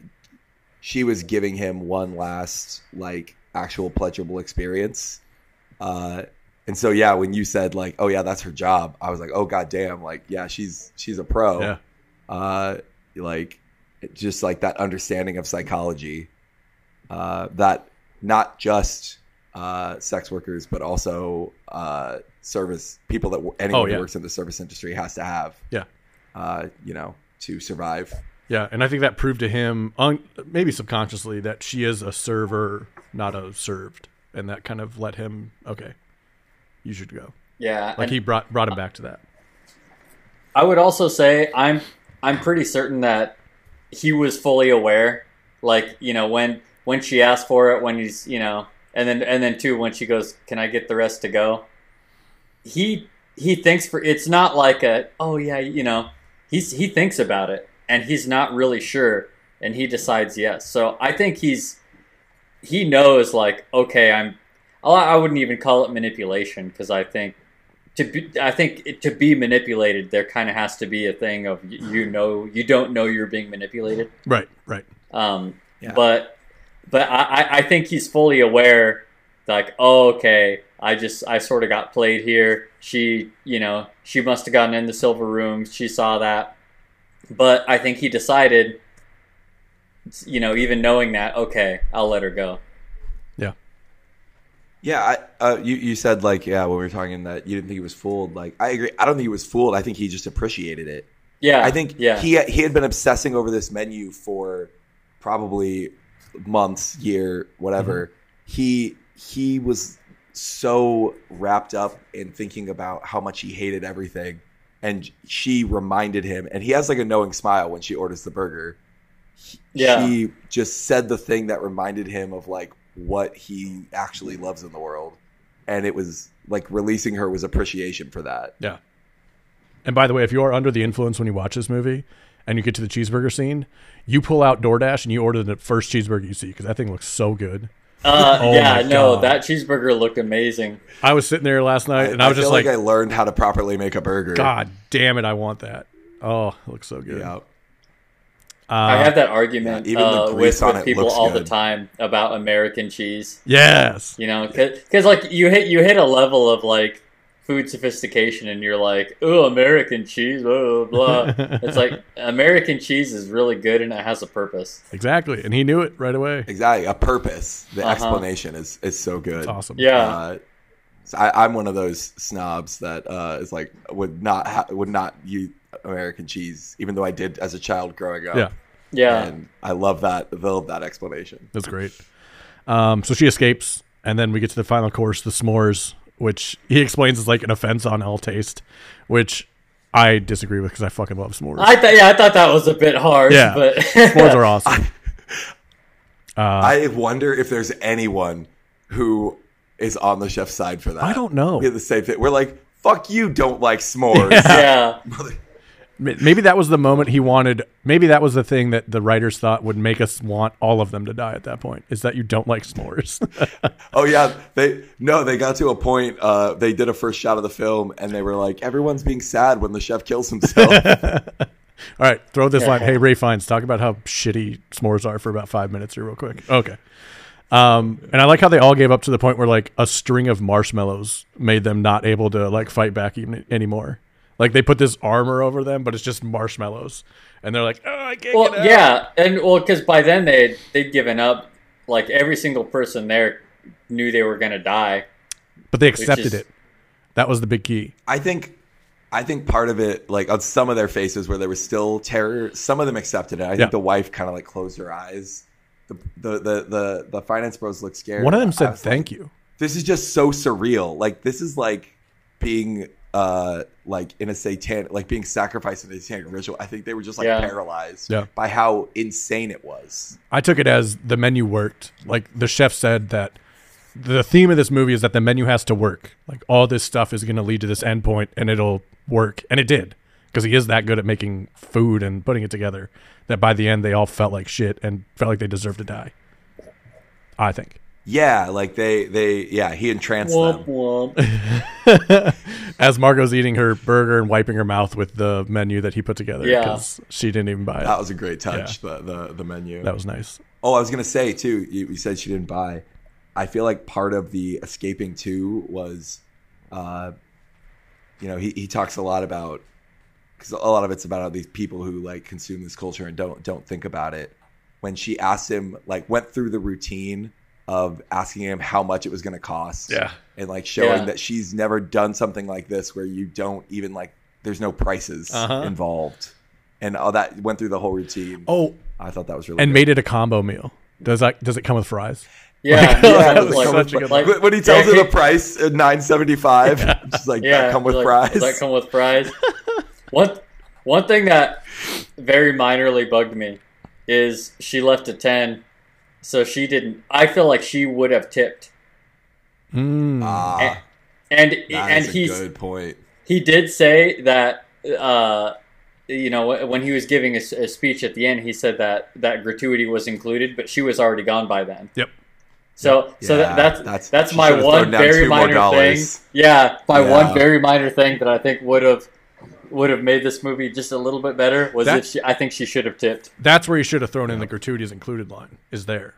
Speaker 3: she was giving him one last like actual pleasurable experience. Uh, and so yeah, when you said like, oh yeah, that's her job, I was like, oh god damn, like yeah, she's she's a pro.
Speaker 1: Yeah.
Speaker 3: Uh, like it- just like that understanding of psychology uh, that not just uh, sex workers, but also uh, service people that w- anyone
Speaker 1: Oh, yeah.
Speaker 3: who works in the service industry has to have.
Speaker 1: Yeah.
Speaker 3: Uh, you know, to survive.
Speaker 1: Yeah, and I think that proved to him, un- maybe subconsciously, that she is a server, not a served, and that kind of let him. Okay, you should go.
Speaker 2: Yeah.
Speaker 1: Like
Speaker 2: and-
Speaker 1: he brought brought him back to that.
Speaker 2: I would also say I'm I'm pretty certain that he was fully aware. Like you know when when she asked for it, when he's you know, and then and then too when she goes, "Can I get the rest to go?" He he thinks for it's not like a oh yeah you know he's he thinks about it and he's not really sure and he decides yes. So I think he's he knows like okay I'm I I wouldn't even call it manipulation because I think to be, I think it- to be manipulated, there kind of has to be a thing of y- you know you don't know you're being manipulated.
Speaker 1: Right, right.
Speaker 2: Um,
Speaker 3: Yeah.
Speaker 2: But but I, I- I think he's fully aware, like oh okay, I just I sort of got played here. She you know she must have gotten in the silver room. She saw that, but I think he decided, you know, even knowing that, okay, I'll let her go.
Speaker 3: Yeah, I, uh, you you said like yeah when we were talking that you didn't think he was fooled. Like I agree. I don't think he was fooled. I think he just appreciated it.
Speaker 2: Yeah,
Speaker 3: I think
Speaker 2: yeah.
Speaker 3: he he had been obsessing over this menu for probably months, year, whatever.
Speaker 2: Mm-hmm.
Speaker 3: He he was so wrapped up in thinking about how much he hated everything, and she reminded him, and he has like a knowing smile when she orders the burger. He-
Speaker 2: Yeah.
Speaker 3: She just said the thing that reminded him of like what he actually loves in the world, and it was like releasing her was appreciation for that.
Speaker 1: Yeah. And by the way, if you are under the influence when you watch this movie, and you get to the cheeseburger scene, you pull out DoorDash and you order the first cheeseburger you see because that thing looks so good.
Speaker 3: [laughs]
Speaker 2: uh,
Speaker 1: Oh my
Speaker 2: yeah, no,
Speaker 1: God.
Speaker 2: that cheeseburger looked amazing.
Speaker 1: I was sitting there last night and I, was
Speaker 3: feel
Speaker 1: just like,
Speaker 3: I learned how to properly make a burger.
Speaker 1: God damn it, I want that. Oh, it looks so good.
Speaker 3: Yeah.
Speaker 2: I have that argument
Speaker 3: yeah, Uh, even the
Speaker 2: uh,
Speaker 3: grease
Speaker 2: with,
Speaker 3: on
Speaker 2: with
Speaker 3: it
Speaker 2: people
Speaker 3: looks
Speaker 2: all the
Speaker 3: good.
Speaker 2: time about American cheese.
Speaker 1: Yes.
Speaker 2: [laughs] You know, because like you hit you hit a level of like food sophistication, and you're like, oh, American cheese, blah
Speaker 3: [laughs]
Speaker 2: blah. blah. it's like American cheese is really good, and it has a purpose.
Speaker 1: [laughs] Exactly. And he knew it right away.
Speaker 3: Exactly. A purpose. The
Speaker 2: Uh-huh.
Speaker 3: explanation is is so good.
Speaker 1: It's awesome.
Speaker 2: Yeah.
Speaker 3: Uh, so I, I'm one of those snobs that uh, is like would not ha- would not eat American cheese, even though I did as a child growing up.
Speaker 1: Yeah.
Speaker 2: Yeah,
Speaker 3: And I love that. I love that explanation.
Speaker 1: That's great. Um, so she escapes, and then we get to the final course, the s'mores, which he explains is like an offense on all taste, which I disagree with because I fucking love s'mores.
Speaker 3: [laughs]
Speaker 2: I thought yeah, I thought that was a bit harsh.
Speaker 1: Yeah.
Speaker 2: but
Speaker 1: s'mores are awesome. Uh,
Speaker 3: I wonder if there's anyone who is on the chef's side for that.
Speaker 1: I don't know.
Speaker 3: We have the same thing. We're like, fuck you, don't
Speaker 1: [laughs]
Speaker 3: like
Speaker 2: [laughs]
Speaker 3: s'mores.
Speaker 2: Yeah.
Speaker 1: M- Maybe that was the moment he wanted. Maybe that was the thing that the writers thought would make us want all of them to die at that point. Is that you don't like s'mores? [laughs]
Speaker 3: Oh yeah, they no, they got to a point. Uh, they did a first shot of the film, and they were like, everyone's being sad when the chef kills himself.
Speaker 1: [laughs] all right, throw this line. Hey, Ray Fiennes, talk about how shitty s'mores are for about five minutes here, real quick. Okay. Um, and I like how they all gave up to the point where like a string of marshmallows made them not able to like fight back even anymore. Like they put this armor over them, but it's just marshmallows, and they're like, "Oh, I can't
Speaker 2: Well,
Speaker 1: get out."
Speaker 2: yeah, and well, because by then they they'd given up. Like every single person there knew they were gonna die.
Speaker 1: But they accepted
Speaker 2: is-
Speaker 1: it. That was the big key.
Speaker 3: I think, I think part of it, like on some of their faces, where there was still terror. Some of them accepted it. I think
Speaker 1: Yeah.
Speaker 3: the wife kind of like closed her eyes. The the the the, the finance bros looked scared.
Speaker 1: One of them
Speaker 3: I
Speaker 1: said,
Speaker 3: was like,
Speaker 1: "Thank you."
Speaker 3: this is just so surreal. Like this is like being uh like in a satanic like being sacrificed in a satanic ritual. I think they were just like
Speaker 2: Yeah.
Speaker 3: paralyzed
Speaker 1: Yeah.
Speaker 3: by how insane it was.
Speaker 1: I took it as the menu worked. Like the chef said that the theme of this movie is that the menu has to work. Like all this stuff is going to lead to this endpoint and it'll work. And it did because he is that good at making food and putting it together that by the end they all felt like shit and felt like they deserved to die. I think.
Speaker 3: Yeah, like they they yeah, he entranced
Speaker 2: Womp
Speaker 3: them.
Speaker 2: womp.
Speaker 1: As Margot's eating her burger and wiping her mouth with the menu that he put together
Speaker 2: Yeah.
Speaker 1: because she didn't even buy it.
Speaker 3: That was a great touch, the, the the menu.
Speaker 1: that was nice.
Speaker 3: Oh, I was gonna say too. You, you said she didn't buy. I feel like part of the escaping too was, uh, you know, he, he talks a lot about because a lot of it's about how these people who like consume this culture and don't don't think about it. When she asked him, like, went through the routine of asking him how much it was gonna cost, and like showing
Speaker 2: Yeah.
Speaker 3: that she's never done something like this where you don't even like there's no prices
Speaker 1: Uh-huh.
Speaker 3: involved, and all that went through the whole routine.
Speaker 1: Oh,
Speaker 3: I thought that was really
Speaker 1: and made it a combo meal. Does that does it come with fries?
Speaker 2: Yeah,
Speaker 3: Yeah,
Speaker 2: yeah,
Speaker 3: it was
Speaker 2: like-
Speaker 1: such a good
Speaker 2: like-
Speaker 3: When- when he tells
Speaker 2: yeah,
Speaker 3: her the
Speaker 2: he-
Speaker 3: price at nine seventy five, [laughs] just like that come with
Speaker 2: like,
Speaker 3: fries.
Speaker 2: Does that come with
Speaker 3: [laughs]
Speaker 2: fries? one one thing that very minorly bugged me is she left a ten, so she didn't. I feel like she would have tipped,
Speaker 1: Mm.
Speaker 3: Ah,
Speaker 2: and and,
Speaker 3: that
Speaker 2: and
Speaker 3: is a
Speaker 2: he's
Speaker 3: good point.
Speaker 2: he did say that uh, you know when he was giving a, s- a speech at the end he said that that gratuity was included but she was already gone by then
Speaker 1: Yep.
Speaker 2: so so
Speaker 3: Yeah,
Speaker 2: that, that's
Speaker 3: that's-
Speaker 2: that's,
Speaker 3: she
Speaker 2: my
Speaker 3: should've thrown
Speaker 2: one
Speaker 3: down
Speaker 2: very
Speaker 3: two more
Speaker 2: minor thing
Speaker 3: dollars.
Speaker 2: yeah my
Speaker 3: Yeah.
Speaker 2: one very minor thing that i think would have would have made this movie just a little bit better was
Speaker 1: That-
Speaker 2: if she, i think she should have tipped
Speaker 1: That's where you should have thrown in the gratuities included line. Is there?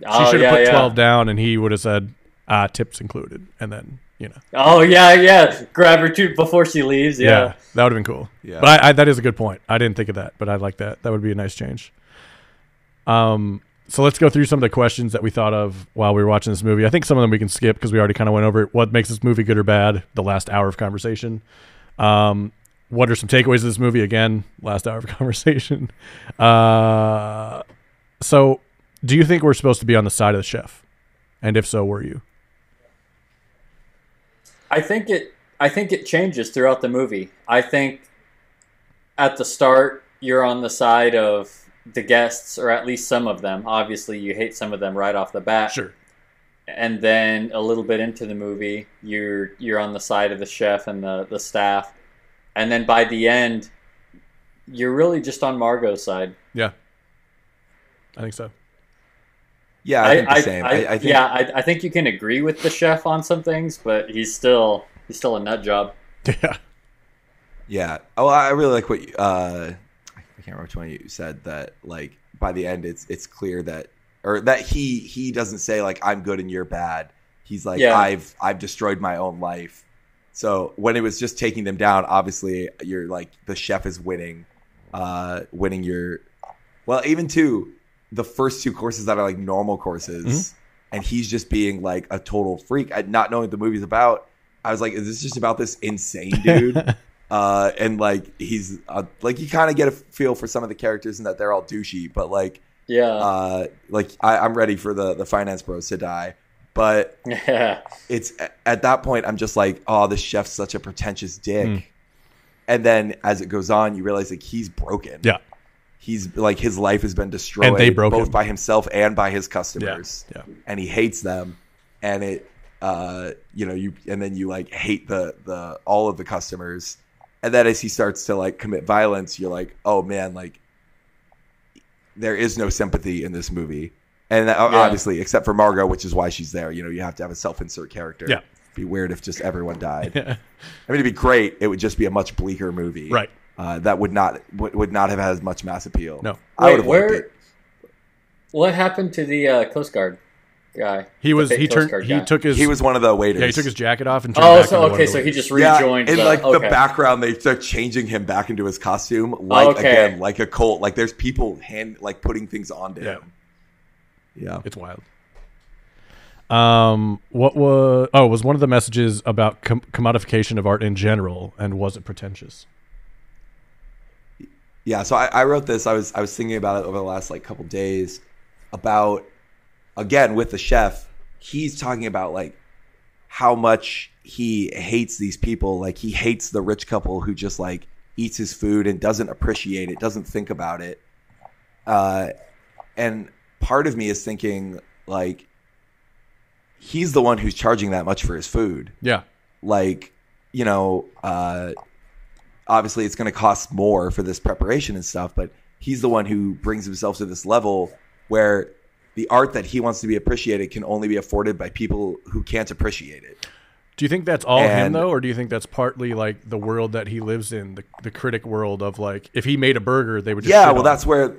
Speaker 1: She
Speaker 2: oh
Speaker 1: should
Speaker 2: yeah
Speaker 1: have put
Speaker 2: yeah
Speaker 1: 12 down and he would have said, ah, tips included. And then, you know.
Speaker 2: oh yeah yeah grab her too before she leaves yeah,
Speaker 1: That would have been cool.
Speaker 3: Yeah.
Speaker 1: But I, I, that is a good point. I didn't think of that, but I like that. That would be a nice change. Um, so let's go through some of the questions that we thought of while we were watching this movie. I think some of them we can skip because we already kind of went over it. What makes this movie good or bad? The last hour of conversation. Um, what are some takeaways of this movie? Again, last hour of [laughs] conversation. Uh, so, do you think we're supposed to be on the side of the chef? And if so, were you?
Speaker 2: I think it. I think it changes throughout the movie. I think at the start you're on the side of the guests, or at least some of them. Obviously, you hate some of them right off the bat, and then a little bit into the movie, you're you're on the side of the chef and the the staff, and then by the end, you're really just on Margot's side.
Speaker 1: Yeah. I think so. [laughs]
Speaker 3: Yeah, I, think the same. I, I think
Speaker 2: yeah, I, I think you can agree with the chef on some things, but he's still he's still a nut job.
Speaker 1: Yeah.
Speaker 3: Yeah. Oh, I really like what you, uh, I can't remember which one you said that like by the end it's it's clear that or that he he doesn't say like I'm good and you're bad. He's like
Speaker 2: Yeah.
Speaker 3: I've I've destroyed my own life. So when it was just taking them down, obviously you're like the chef is winning, uh, winning your well even two the first two courses that are like normal courses, and he's just being like a total freak, I- not knowing what the movie's about. I was like, is this just about this insane dude? uh, and like he's uh, like you kind of get a feel for some of the characters and that they're all douchey, but like
Speaker 2: Yeah.
Speaker 3: uh, like I, I'm ready for the the finance bros to die. But
Speaker 2: [laughs] yeah.
Speaker 3: it's at that point I'm just like, oh, this chef's such a pretentious dick.
Speaker 1: Hmm.
Speaker 3: And then as it goes on, you realize like he's broken.
Speaker 1: Yeah.
Speaker 3: he's like his life has been destroyed
Speaker 1: And they broke
Speaker 3: both
Speaker 1: him.
Speaker 3: by himself and by his customers
Speaker 1: Yeah.
Speaker 3: and he hates them and it uh you know you and then you like hate the the all of the customers and then as he starts to like commit violence you're like oh man like there is no sympathy in this movie and uh, obviously except for margot which is why she's there you know you have to have a self-insert character
Speaker 1: Yeah.
Speaker 3: be weird if just everyone died
Speaker 1: yeah.
Speaker 3: I mean, it'd be great. It would just be a much bleaker
Speaker 1: [laughs]
Speaker 3: movie,
Speaker 1: Right.
Speaker 3: Uh, that would not would, would not have had as much mass appeal.
Speaker 1: No.
Speaker 3: I would
Speaker 2: Wait,
Speaker 3: have liked
Speaker 2: where-
Speaker 3: it.
Speaker 2: What happened to the uh, Coast Guard guy?
Speaker 1: He was.
Speaker 2: big
Speaker 1: He
Speaker 2: Coast
Speaker 1: turned.
Speaker 2: Guard
Speaker 1: He
Speaker 2: guy.
Speaker 1: took his.
Speaker 3: He was one of the waiters.
Speaker 1: Yeah, he took his jacket off and turned
Speaker 2: Oh,
Speaker 1: back into
Speaker 2: so
Speaker 1: one of
Speaker 2: okay,
Speaker 1: the
Speaker 2: so he
Speaker 1: ladies.
Speaker 2: just
Speaker 3: Yeah,
Speaker 2: rejoined.
Speaker 3: in
Speaker 2: the,
Speaker 3: like the
Speaker 2: okay.
Speaker 3: background, they start changing him back into his costume, like
Speaker 2: Okay.
Speaker 3: again, like a cult. Like there's people hand like putting things onto
Speaker 1: Yeah.
Speaker 3: him. Yeah,
Speaker 1: It's wild. Um, what was? Oh, was one of the messages about com- commodification of art in general, and was it pretentious?
Speaker 3: yeah. So I, I wrote this. I was I was thinking about it over the last like couple days about again with the chef. He's talking about like how much he hates these people. Like he hates the rich couple who just like eats his food and doesn't appreciate it, doesn't think about it. Uh, and part of me is thinking like he's the one who's charging that much for his food.
Speaker 1: Yeah,
Speaker 3: Like you know, uh, obviously it's going to cost more for this preparation and stuff, but he's the one who brings himself to this level where the art that he wants to be appreciated can only be afforded by people who can't appreciate it.
Speaker 1: Do you think that's all him
Speaker 3: And-
Speaker 1: though, or do you think that's partly like the world that he lives in, the, the critic world of like if he made a burger, they would just
Speaker 3: yeah
Speaker 1: shit
Speaker 3: well
Speaker 1: on
Speaker 3: that's
Speaker 1: it.
Speaker 3: where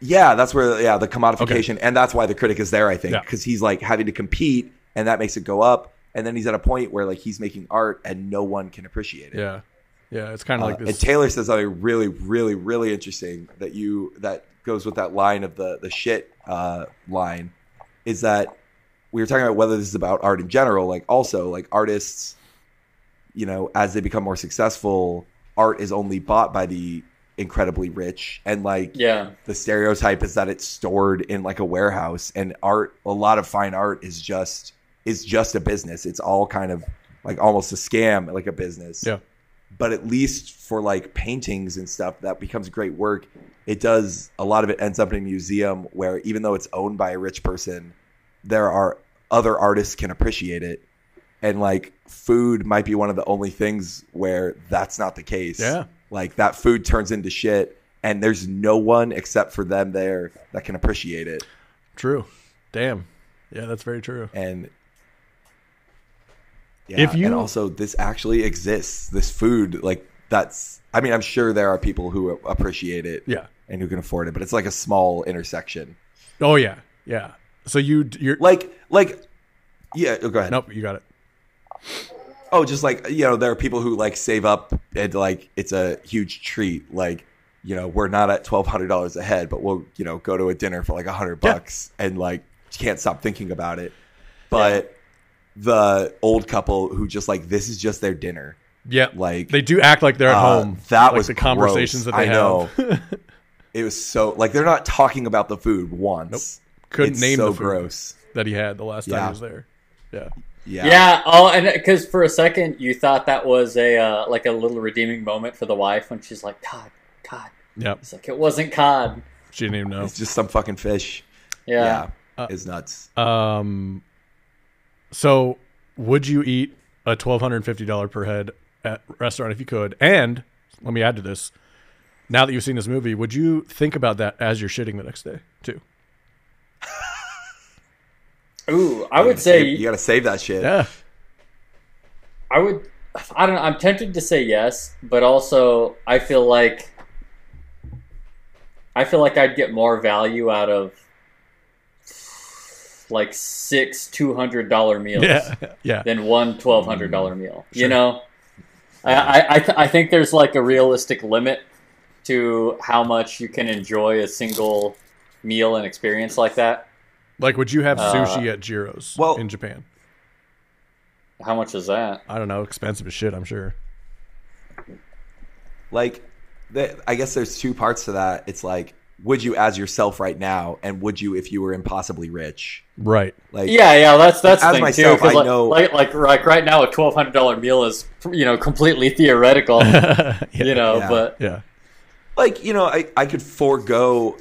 Speaker 3: yeah that's where yeah the commodification and that's why the critic is there i think
Speaker 1: Yeah.
Speaker 3: because he's like having to compete and that makes it go up and then he's at a point where like he's making art and no one can appreciate it
Speaker 1: yeah, yeah. It's kind of
Speaker 3: Uh,
Speaker 1: like
Speaker 3: and
Speaker 1: this.
Speaker 3: taylor says something really really really interesting that you that goes with that line of the the shit uh line is that we were talking about whether this is about art in general like also like artists you know as they become more successful art is only bought by the incredibly rich and like
Speaker 2: Yeah,
Speaker 3: the stereotype is that it's stored in like a warehouse and art a lot of fine art is just is just a business it's all kind of like almost a scam like a business
Speaker 1: Yeah.
Speaker 3: but at least for like paintings and stuff that becomes great work it does a lot of it ends up in a museum where even though it's owned by a rich person there are other artists can appreciate it and like food might be one of the only things where that's not the case
Speaker 1: Yeah.
Speaker 3: like that food turns into shit and there's no one except for them there that can appreciate it
Speaker 1: true. Damn. Yeah, that's very true.
Speaker 3: and yeah,
Speaker 1: If you-
Speaker 3: and also this actually exists this food like that's i mean i'm sure there are people who appreciate it
Speaker 1: Yeah.
Speaker 3: and who can afford it but it's like a small intersection
Speaker 1: Oh yeah, yeah. So you d- you're
Speaker 3: like like yeah oh, go ahead
Speaker 1: nope. You got it.
Speaker 3: oh just like you know there are people who like save up and like it's a huge treat like you know we're not at $1200 a head but we'll you know go to a dinner for like 100
Speaker 1: Yeah.
Speaker 3: bucks and like can't stop thinking about it but the old couple who just like this is just their dinner
Speaker 1: Yeah,
Speaker 3: like
Speaker 1: they do act like they're at
Speaker 3: uh,
Speaker 1: home.
Speaker 3: that
Speaker 1: like
Speaker 3: was
Speaker 1: the conversations
Speaker 3: gross.
Speaker 1: that they
Speaker 3: I
Speaker 1: have.
Speaker 3: know. it was so like they're not talking about the food once
Speaker 1: [laughs] Couldn't
Speaker 3: it's
Speaker 1: name
Speaker 3: so
Speaker 1: the food
Speaker 3: gross
Speaker 1: that he had the last time
Speaker 3: Yeah.
Speaker 1: he was there. Yeah,
Speaker 3: yeah
Speaker 2: yeah. Oh, and because for a second you thought that was a uh, like a little redeeming moment for the wife when she's like, "Cod, cod."
Speaker 1: yep.
Speaker 2: It's like it wasn't cod.
Speaker 1: She didn't even know.
Speaker 3: it's just some fucking fish
Speaker 2: Yeah.
Speaker 3: yeah,
Speaker 1: Uh,
Speaker 3: it's nuts
Speaker 1: Um, so would you eat a twelve hundred and fifty dollar per head at restaurant if you could? And let me add to this: now that you've seen this movie, would you think about that as you're shitting the next day too?
Speaker 2: Ooh, I
Speaker 3: You
Speaker 2: would
Speaker 3: gotta
Speaker 2: say
Speaker 3: save- you gotta save that shit
Speaker 1: Yeah,
Speaker 2: I would. I don't. know. I'm tempted to say yes, but also I feel like I feel like I'd get more value out of like six two hundred dollar meals
Speaker 1: yeah, [laughs] yeah,
Speaker 2: than one twelve hundred dollar meal.
Speaker 1: Mm-hmm. Sure.
Speaker 2: You know, I I I, th- I think there's like a realistic limit to how much you can enjoy a single meal and experience like that.
Speaker 1: Like, would you have
Speaker 2: Uh,
Speaker 1: sushi at Jiro's
Speaker 3: well-
Speaker 1: in Japan?
Speaker 2: How much is that?
Speaker 1: I don't know. Expensive as shit, I'm sure.
Speaker 3: like the, i guess there's two parts to that it's like would you as yourself right now and would you if you were impossibly rich
Speaker 1: Right.
Speaker 3: like
Speaker 2: Yeah, yeah, that's that's the
Speaker 3: As
Speaker 2: thing
Speaker 3: myself,
Speaker 2: too. 'cause
Speaker 3: I
Speaker 2: like,
Speaker 3: know-
Speaker 2: like like like right now, a twelve hundred dollar meal is you know completely theoretical,
Speaker 1: [laughs] yeah.
Speaker 2: you know.
Speaker 3: Yeah.
Speaker 2: But
Speaker 1: Yeah.
Speaker 3: like you know I, I could forego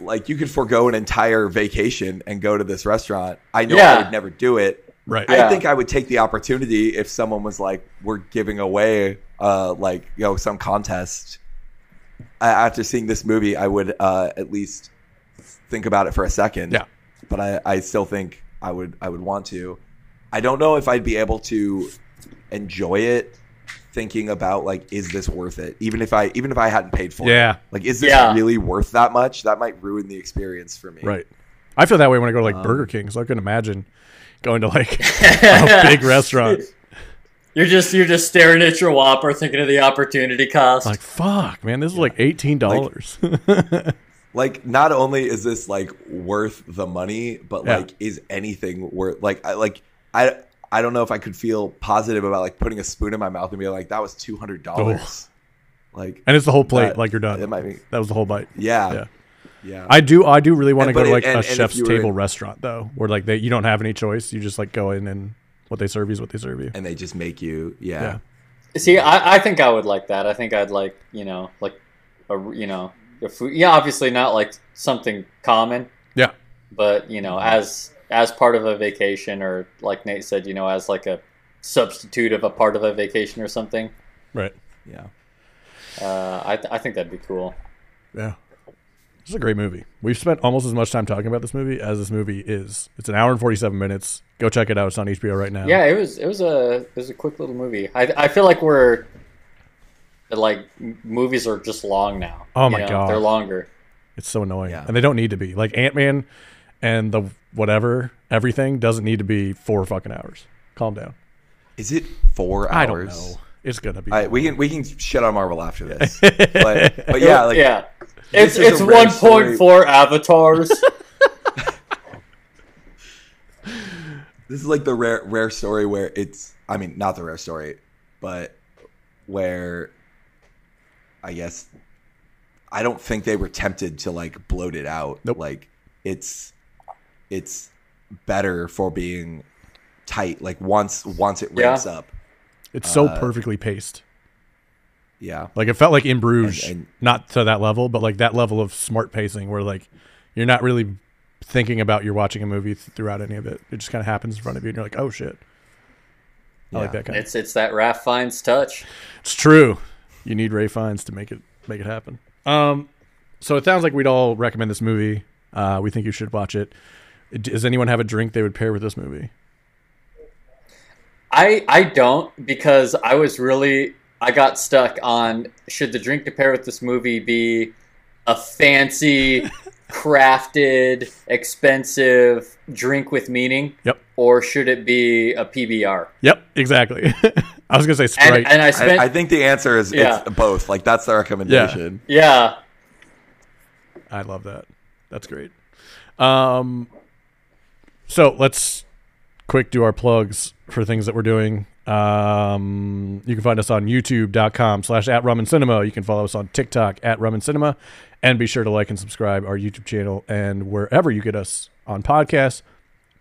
Speaker 3: like you could forego an entire vacation and go to this restaurant i know i
Speaker 2: Yeah.
Speaker 3: would never do it
Speaker 1: Right.
Speaker 3: i
Speaker 2: Yeah.
Speaker 3: think i would take the opportunity if someone was like we're giving away uh like you know some contest I, after seeing this movie i would uh at least think about it for a second
Speaker 1: Yeah.
Speaker 3: but i i still think i would i would want to i don't know if i'd be able to enjoy it thinking about like is this worth it even if i even if i hadn't paid for it
Speaker 1: Yeah.
Speaker 3: like, is this
Speaker 2: Yeah.
Speaker 3: really worth that much? That might ruin the experience for me.
Speaker 1: Right. I feel that way when I go to like
Speaker 3: Um,
Speaker 1: Burger King, so I couldn't imagine going to
Speaker 3: [laughs]
Speaker 1: like [laughs] a Oh,
Speaker 2: [laughs]
Speaker 1: big restaurant.
Speaker 2: You're just you're just staring at your Whopper, thinking of the opportunity cost.
Speaker 1: Like, fuck, man, this is like eighteen
Speaker 3: [laughs]
Speaker 1: dollars. [laughs]
Speaker 3: Like, not only is this like worth the money, but
Speaker 1: Yeah.
Speaker 3: like, is anything worth? Like, I like I I don't know if I could feel positive about like putting a spoon in my mouth and being like, that was two hundred dollars. Like,
Speaker 1: and it's the whole plate,
Speaker 3: That-
Speaker 1: like you're done.
Speaker 3: Uh, it might be.
Speaker 1: that was the whole bite.
Speaker 3: Yeah.
Speaker 1: Yeah.
Speaker 3: Yeah.
Speaker 1: I do I do really want to
Speaker 3: And-
Speaker 1: go
Speaker 3: but
Speaker 1: to
Speaker 3: it-
Speaker 1: like
Speaker 3: and-
Speaker 1: a
Speaker 3: and if
Speaker 1: chef's
Speaker 3: you were-
Speaker 1: table restaurant though, where like they you don't have any choice. You just like go in and what they serve you is what they serve you.
Speaker 3: and they just make you. Yeah.
Speaker 1: Yeah.
Speaker 2: See, I, I think I would like that. I think I'd like you know like a you know a food. Yeah, obviously not like something common.
Speaker 1: Yeah. Mm-hmm.
Speaker 2: But you know, as as part of a vacation, or like Nate said, you know, as like a substitute of a part of a vacation or something.
Speaker 1: Right.
Speaker 3: Yeah.
Speaker 2: Uh, I th- I think that'd be cool.
Speaker 1: Yeah. This is a great movie. We've spent almost as much time talking about this movie as this movie is. It's an hour and forty seven minutes. Go check it out. It's on HBO right now.
Speaker 2: Yeah, it was it was a it was a quick little movie. I I feel like we're like m- movies are just long now.
Speaker 1: Oh
Speaker 2: you
Speaker 1: my God.
Speaker 2: they're longer.
Speaker 1: It's so annoying.
Speaker 3: Yeah.
Speaker 1: And they don't need to be. Like Ant Man and the whatever, everything doesn't need to be four fucking hours. Calm down.
Speaker 3: Is it four hours?
Speaker 1: I don't know. It's gonna be
Speaker 3: All right, we can we can shit on Marvel
Speaker 1: [laughs]
Speaker 3: after this, but, but yeah, like
Speaker 2: yeah, it's
Speaker 3: is a
Speaker 2: it's
Speaker 3: rare
Speaker 2: one point four avatars.
Speaker 3: This is like the rare rare story where it's I mean not the rare story, but where I guess I don't think they were tempted to like bloat it out.
Speaker 1: Nope.
Speaker 3: Like it's it's better for being tight. Like once once it
Speaker 2: Yeah.
Speaker 3: ramps up.
Speaker 1: it's so
Speaker 3: uh,
Speaker 1: perfectly paced.
Speaker 3: Yeah.
Speaker 1: Like it felt like in Bruges,
Speaker 3: And- and-
Speaker 1: not to that level, but like that level of smart pacing where like you're not really thinking about you're watching a movie th- throughout any of it. It just kind of happens in front of you, and you're like, oh shit. I like
Speaker 3: Yeah.
Speaker 1: that kind. Of,
Speaker 2: it's it's that Raph Fiennes touch.
Speaker 1: it's true. You need Ray Fiennes to make it make it happen. Um, so it sounds like we'd all recommend this movie. Uh, we think you should watch it. Does anyone have a drink they would pair with this movie?
Speaker 2: I I don't because I was really I got stuck on should the drink to pair with this movie be a fancy,
Speaker 1: [laughs]
Speaker 2: crafted, expensive drink with meaning.
Speaker 1: Yep.
Speaker 2: Or should it be a PBR?
Speaker 1: Yep, exactly. [laughs] I was gonna say
Speaker 2: And,
Speaker 1: Sprite.
Speaker 2: and I spent
Speaker 3: I, I think the answer is
Speaker 2: Yeah.
Speaker 3: it's both. Like that's the recommendation.
Speaker 2: yeah
Speaker 1: I love that. That's great. Um, so let's quick do our plugs for things that we're doing. Um, you can find us on youtube.com slash at rum and cinema. You can follow us on TikTok at rum and cinema. And be sure to like and subscribe our YouTube channel. And wherever you get us on podcasts,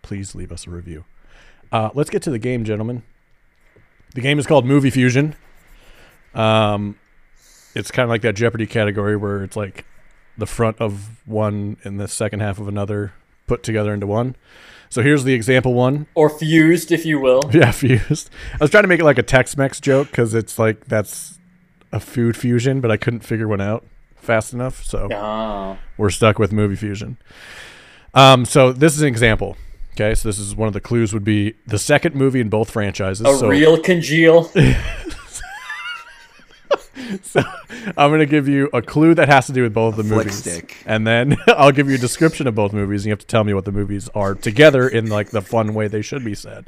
Speaker 1: please leave us a review. Uh, let's get to the game, gentlemen. The game is called Movie Fusion. Um, it's kind of like that Jeopardy category where it's like the front of one and the second half of another put together into one. So here's the example one. [laughs]
Speaker 2: or fused if you will
Speaker 1: Yeah, fused. I was trying to make it like a Tex-Mex joke because it's like that's a food fusion, but I couldn't figure one out fast enough. So
Speaker 2: oh
Speaker 1: we're stuck with movie fusion. Um, so this is an example. Okay, so this is one of the clues would be the second movie in both franchises.
Speaker 2: a
Speaker 1: so
Speaker 2: real
Speaker 1: [laughs]
Speaker 2: congeal
Speaker 1: I'm going to give you a clue that has to do with both the
Speaker 3: flick
Speaker 1: movies,
Speaker 3: stick.
Speaker 1: and then [laughs] I'll give you a description of both movies, and you have to tell me what the movies are together in like the fun way they should be said.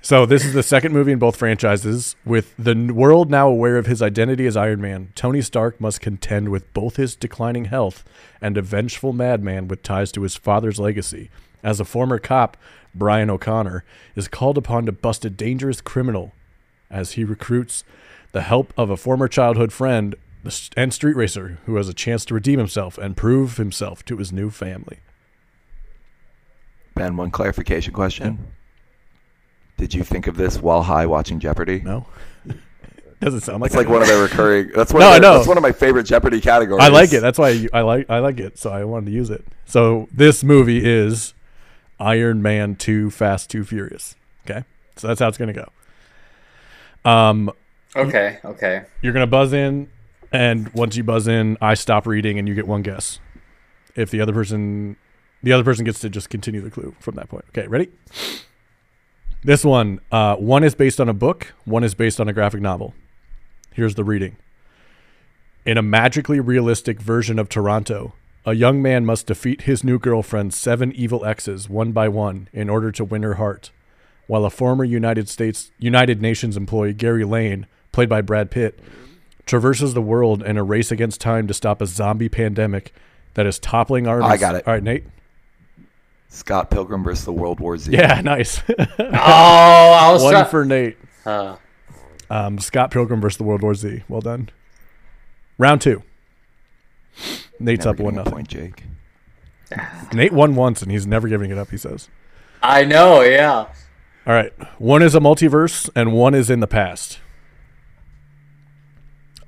Speaker 1: So this is the second movie in both franchises. With the n- world now aware of his identity as Iron Man, Tony Stark must contend with both his declining health and a vengeful madman with ties to his father's legacy. As a former cop, Brian O'Connor is called upon to bust a dangerous criminal as he recruits the help of a former childhood friend the s- and street racer who has a chance to redeem himself and prove himself to his new family.
Speaker 3: Ben, one clarification question. Did you think of this while high watching Jeopardy?
Speaker 1: No? [laughs] Doesn't sound like
Speaker 3: It's like
Speaker 1: I- [laughs]
Speaker 3: one of their recurring. That's one.
Speaker 1: No,
Speaker 3: of
Speaker 1: I
Speaker 3: their,
Speaker 1: know.
Speaker 3: That's one of my favorite Jeopardy categories.
Speaker 1: I like it. That's why you- I like I like it. So I wanted to use it. So this movie is Iron Man Two: Fast Two Furious. Okay, so that's how it's gonna go. Um,
Speaker 2: Okay,
Speaker 1: [laughs]
Speaker 2: okay.
Speaker 1: you're gonna buzz in, and once you buzz in, I stop reading, and you get one guess. If the other person, the other person gets to just continue the clue from that point. Okay, ready? This one, uh, one is based on a book, one is based on a graphic novel. Here's the reading. In a magically realistic version of Toronto, a young man must defeat his new girlfriend's seven evil exes one by one in order to win her heart while a former United States United Nations employee Gary Lane, played by Brad Pitt, traverses the world in a race against time to stop a zombie pandemic that is toppling our.
Speaker 3: I got it.
Speaker 1: All right, Nate.
Speaker 3: Scott Pilgrim versus the World War Z.
Speaker 1: Yeah, [laughs] nice.
Speaker 2: Oh, I was
Speaker 1: One
Speaker 2: trying.
Speaker 1: for Nate.
Speaker 2: uh,
Speaker 1: Um, Scott Pilgrim versus the World War Z. Well done. Round two. Nate's
Speaker 3: Never
Speaker 1: up
Speaker 3: give
Speaker 1: one
Speaker 3: me a
Speaker 1: nothing.
Speaker 3: Point, Jake.
Speaker 1: Nate won once and he's never giving it up. He says.
Speaker 2: I know. Yeah.
Speaker 1: All right. One is a multiverse and one is in the past.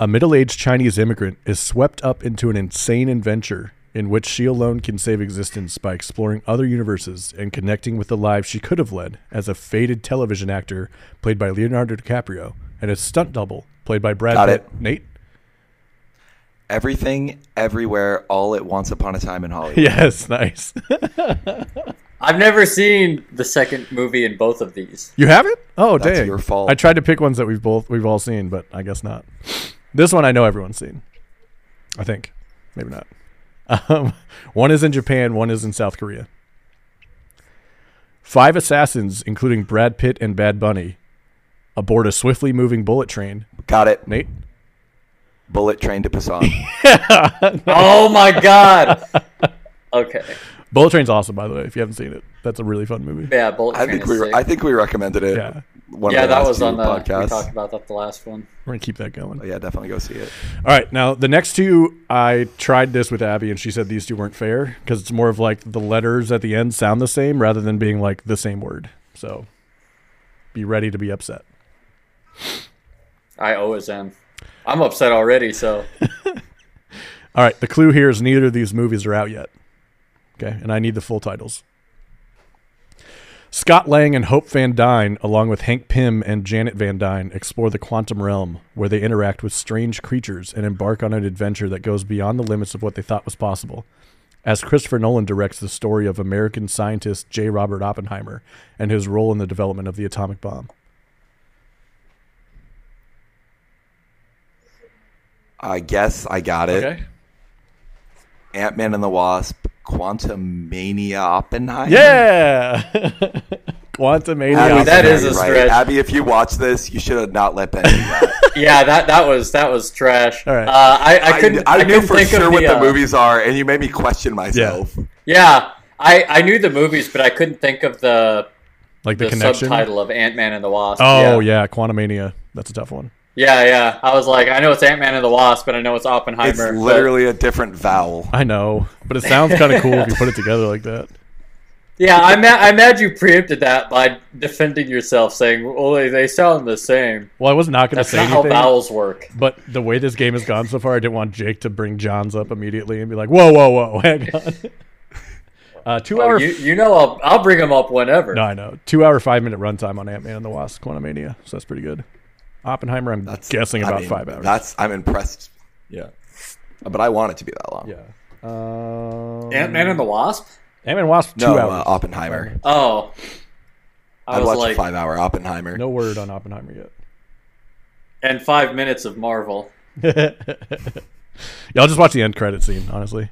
Speaker 1: A middle aged Chinese immigrant is swept up into an insane adventure in which she alone can save existence by exploring other universes and connecting with the lives she could have led as a faded television actor played by Leonardo DiCaprio and a stunt double played by Brad
Speaker 3: Got
Speaker 1: Pitt.
Speaker 3: it.
Speaker 1: Nate? [laughs]
Speaker 3: Everything, everywhere, all at once upon a time in Hollywood.
Speaker 1: Yes, nice.
Speaker 2: I've never seen the second movie in both of these.
Speaker 1: You haven't? Oh,
Speaker 3: That's
Speaker 1: dang.
Speaker 3: your fault.
Speaker 1: I tried to pick ones that we've both we've all seen, but I guess not. This one I know everyone's seen. I think, maybe not. Um, [laughs] one is in Japan, one is in South Korea. Five assassins, including Brad Pitt and Bad Bunny, aboard a swiftly moving bullet train.
Speaker 3: Got it.
Speaker 1: Nate,
Speaker 3: Bullet Train
Speaker 1: [laughs]
Speaker 3: to Busan.
Speaker 2: Oh my god. Okay.
Speaker 1: bullet train's awesome, by the way. If you haven't seen it, that's a really fun movie.
Speaker 2: Yeah, Bullet
Speaker 3: I
Speaker 2: Train
Speaker 3: think
Speaker 2: is
Speaker 3: we
Speaker 2: sick.
Speaker 3: I think we recommended it.
Speaker 1: Yeah,
Speaker 3: One
Speaker 2: yeah,
Speaker 3: of the
Speaker 2: that
Speaker 3: last
Speaker 2: was
Speaker 3: two
Speaker 2: on the. We
Speaker 3: podcasts.
Speaker 2: talked about that the last one.
Speaker 1: we're gonna keep that going.
Speaker 3: Oh, yeah, definitely go see it.
Speaker 1: All right, now the next two, I tried this with Abby, and she said these two weren't fair because it's more of like the letters at the end sound the same rather than being like the same word. So be ready to be upset.
Speaker 2: I always am. I'm upset already.
Speaker 3: [laughs]
Speaker 2: So
Speaker 1: All right, the clue here is neither of these movies are out yet. Okay, and I need the full titles. Scott Lang and Hope Van Dyne, along with Hank Pym and Janet Van Dyne, explore the quantum realm where they interact with strange creatures and embark on an adventure that goes beyond the limits of what they thought was possible. As Christopher Nolan directs the story of American scientist J. Robert Oppenheimer and his role in the development of the atomic bomb.
Speaker 3: I guess I got it. Ant Man and the Wasp, Quantum Mania Oppenheimer.
Speaker 1: Yeah! [laughs] Quantum
Speaker 3: Abby,
Speaker 2: Yeah, that
Speaker 3: you're
Speaker 2: is a
Speaker 3: right.
Speaker 2: stretch.
Speaker 3: Abby, if you watch this, you should have not let Benny. do that.
Speaker 2: yeah, that that was that was trash.
Speaker 1: All right.
Speaker 2: Uh, I I
Speaker 3: I,
Speaker 2: couldn't.
Speaker 3: I,
Speaker 2: I,
Speaker 3: knew
Speaker 2: couldn't
Speaker 3: for
Speaker 2: think
Speaker 3: sure
Speaker 2: of
Speaker 3: what the
Speaker 2: uh,
Speaker 3: movies are, and you made me question myself.
Speaker 2: Yeah, I I knew the movies, but I couldn't think of the
Speaker 1: Like the,
Speaker 2: the,
Speaker 1: connection.
Speaker 2: subtitle of Ant Man and the Wasp.
Speaker 1: Oh yeah, Quantumania. That's a tough one.
Speaker 2: yeah, yeah, yeah. I was like, I know it's Ant Man and the Wasp, but I know it's
Speaker 3: It's
Speaker 2: Oppenheimer. but-
Speaker 3: literally a different vowel.
Speaker 1: I know, but it sounds kind of cool if you put it together like that.
Speaker 2: yeah, I'm mad, I'm mad you preempted that by defending yourself, saying, "Well, they, they sound the same."
Speaker 1: Well, I was not going to
Speaker 2: That's
Speaker 1: say
Speaker 2: not how
Speaker 1: anything,
Speaker 2: vowels work.
Speaker 1: but the way this game has gone so far, I didn't want Jake to bring John's up immediately and be like, "Whoa, whoa, whoa, [laughs] hang on." Uh, two
Speaker 2: Oh,
Speaker 1: hour.
Speaker 2: you you know I'll I'll bring them up whenever.
Speaker 1: no, I know. Two hour, five minute runtime on Ant Man and the Wasp: Quantumania. So that's pretty good. Oppenheimer, I'm
Speaker 3: That's-
Speaker 1: guessing
Speaker 3: I
Speaker 1: about
Speaker 3: mean,
Speaker 1: five hours.
Speaker 3: That's I'm impressed,
Speaker 1: yeah,
Speaker 3: but I want it to be that long.
Speaker 1: yeah. Um,
Speaker 2: Ant Man and the Wasp.
Speaker 1: Ant Man Wasp. Two
Speaker 3: No, uh,
Speaker 1: hours.
Speaker 3: Oppenheimer.
Speaker 2: Oh, I
Speaker 3: I'd
Speaker 2: was
Speaker 3: watch
Speaker 2: like,
Speaker 3: a five-hour Oppenheimer.
Speaker 1: No word on Oppenheimer yet.
Speaker 2: and five minutes of Marvel. [laughs]
Speaker 1: Y'all just watch the end credit scene, honestly.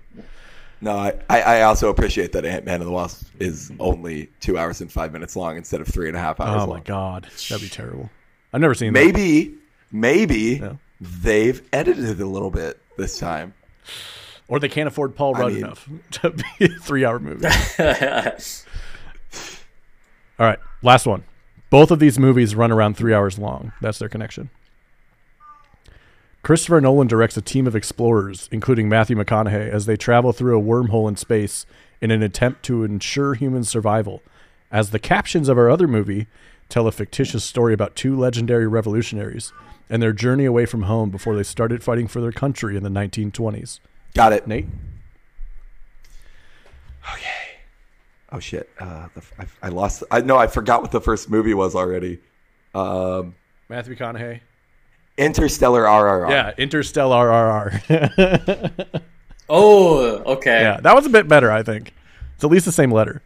Speaker 3: No, I, I I also appreciate that Ant Man and the Wasp is only two hours and five minutes long instead of three and a half hours
Speaker 1: Oh my
Speaker 3: long.
Speaker 1: god, that'd be terrible. I've never seen that.
Speaker 3: Um, Maybe, maybe
Speaker 1: Yeah.
Speaker 3: they've edited it a little bit this time.
Speaker 1: or they can't afford Paul Rudd
Speaker 3: mean-
Speaker 1: enough [laughs] to be a three-hour movie.
Speaker 3: [laughs]
Speaker 2: yeah,
Speaker 1: All right, last one. Both of these movies run around three hours long. That's their connection. Christopher Nolan directs a team of explorers, including Matthew McConaughey, as they travel through a wormhole in space in an attempt to ensure human survival. As the captions of our other movie tell a fictitious story about two legendary revolutionaries and their journey away from home before they started fighting for their country in the 1920s.
Speaker 3: Got it.
Speaker 1: Nate?
Speaker 3: Oh shit! Uh, the, I, I lost. I no, I forgot what the first movie was already. Um,
Speaker 1: Matthew McConaughey?
Speaker 3: Interstellar RRR.
Speaker 1: Yeah, Interstellar [laughs] RRR.
Speaker 2: Oh, okay.
Speaker 1: yeah, that was a bit better, I think. It's at least the same letter.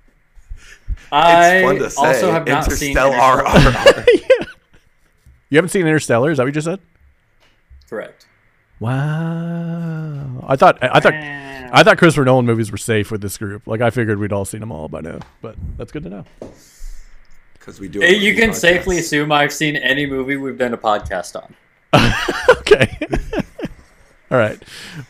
Speaker 2: I
Speaker 3: It's fun to say.
Speaker 2: also have not seen
Speaker 3: Interstellar
Speaker 2: Interstellar.
Speaker 3: RRR.
Speaker 1: You haven't seen Interstellar? Is that what you just said?
Speaker 2: Correct.
Speaker 1: Wow. I thought I thought I thought Christopher Nolan movies were safe with this group. Like I figured we'd all seen them all by now, but that's good to know. [laughs]
Speaker 3: Because we do. a
Speaker 2: Eh, You
Speaker 3: movie
Speaker 2: can
Speaker 3: podcast.
Speaker 2: safely assume I've seen any movie we've done a podcast on.
Speaker 1: Okay. [laughs] all right.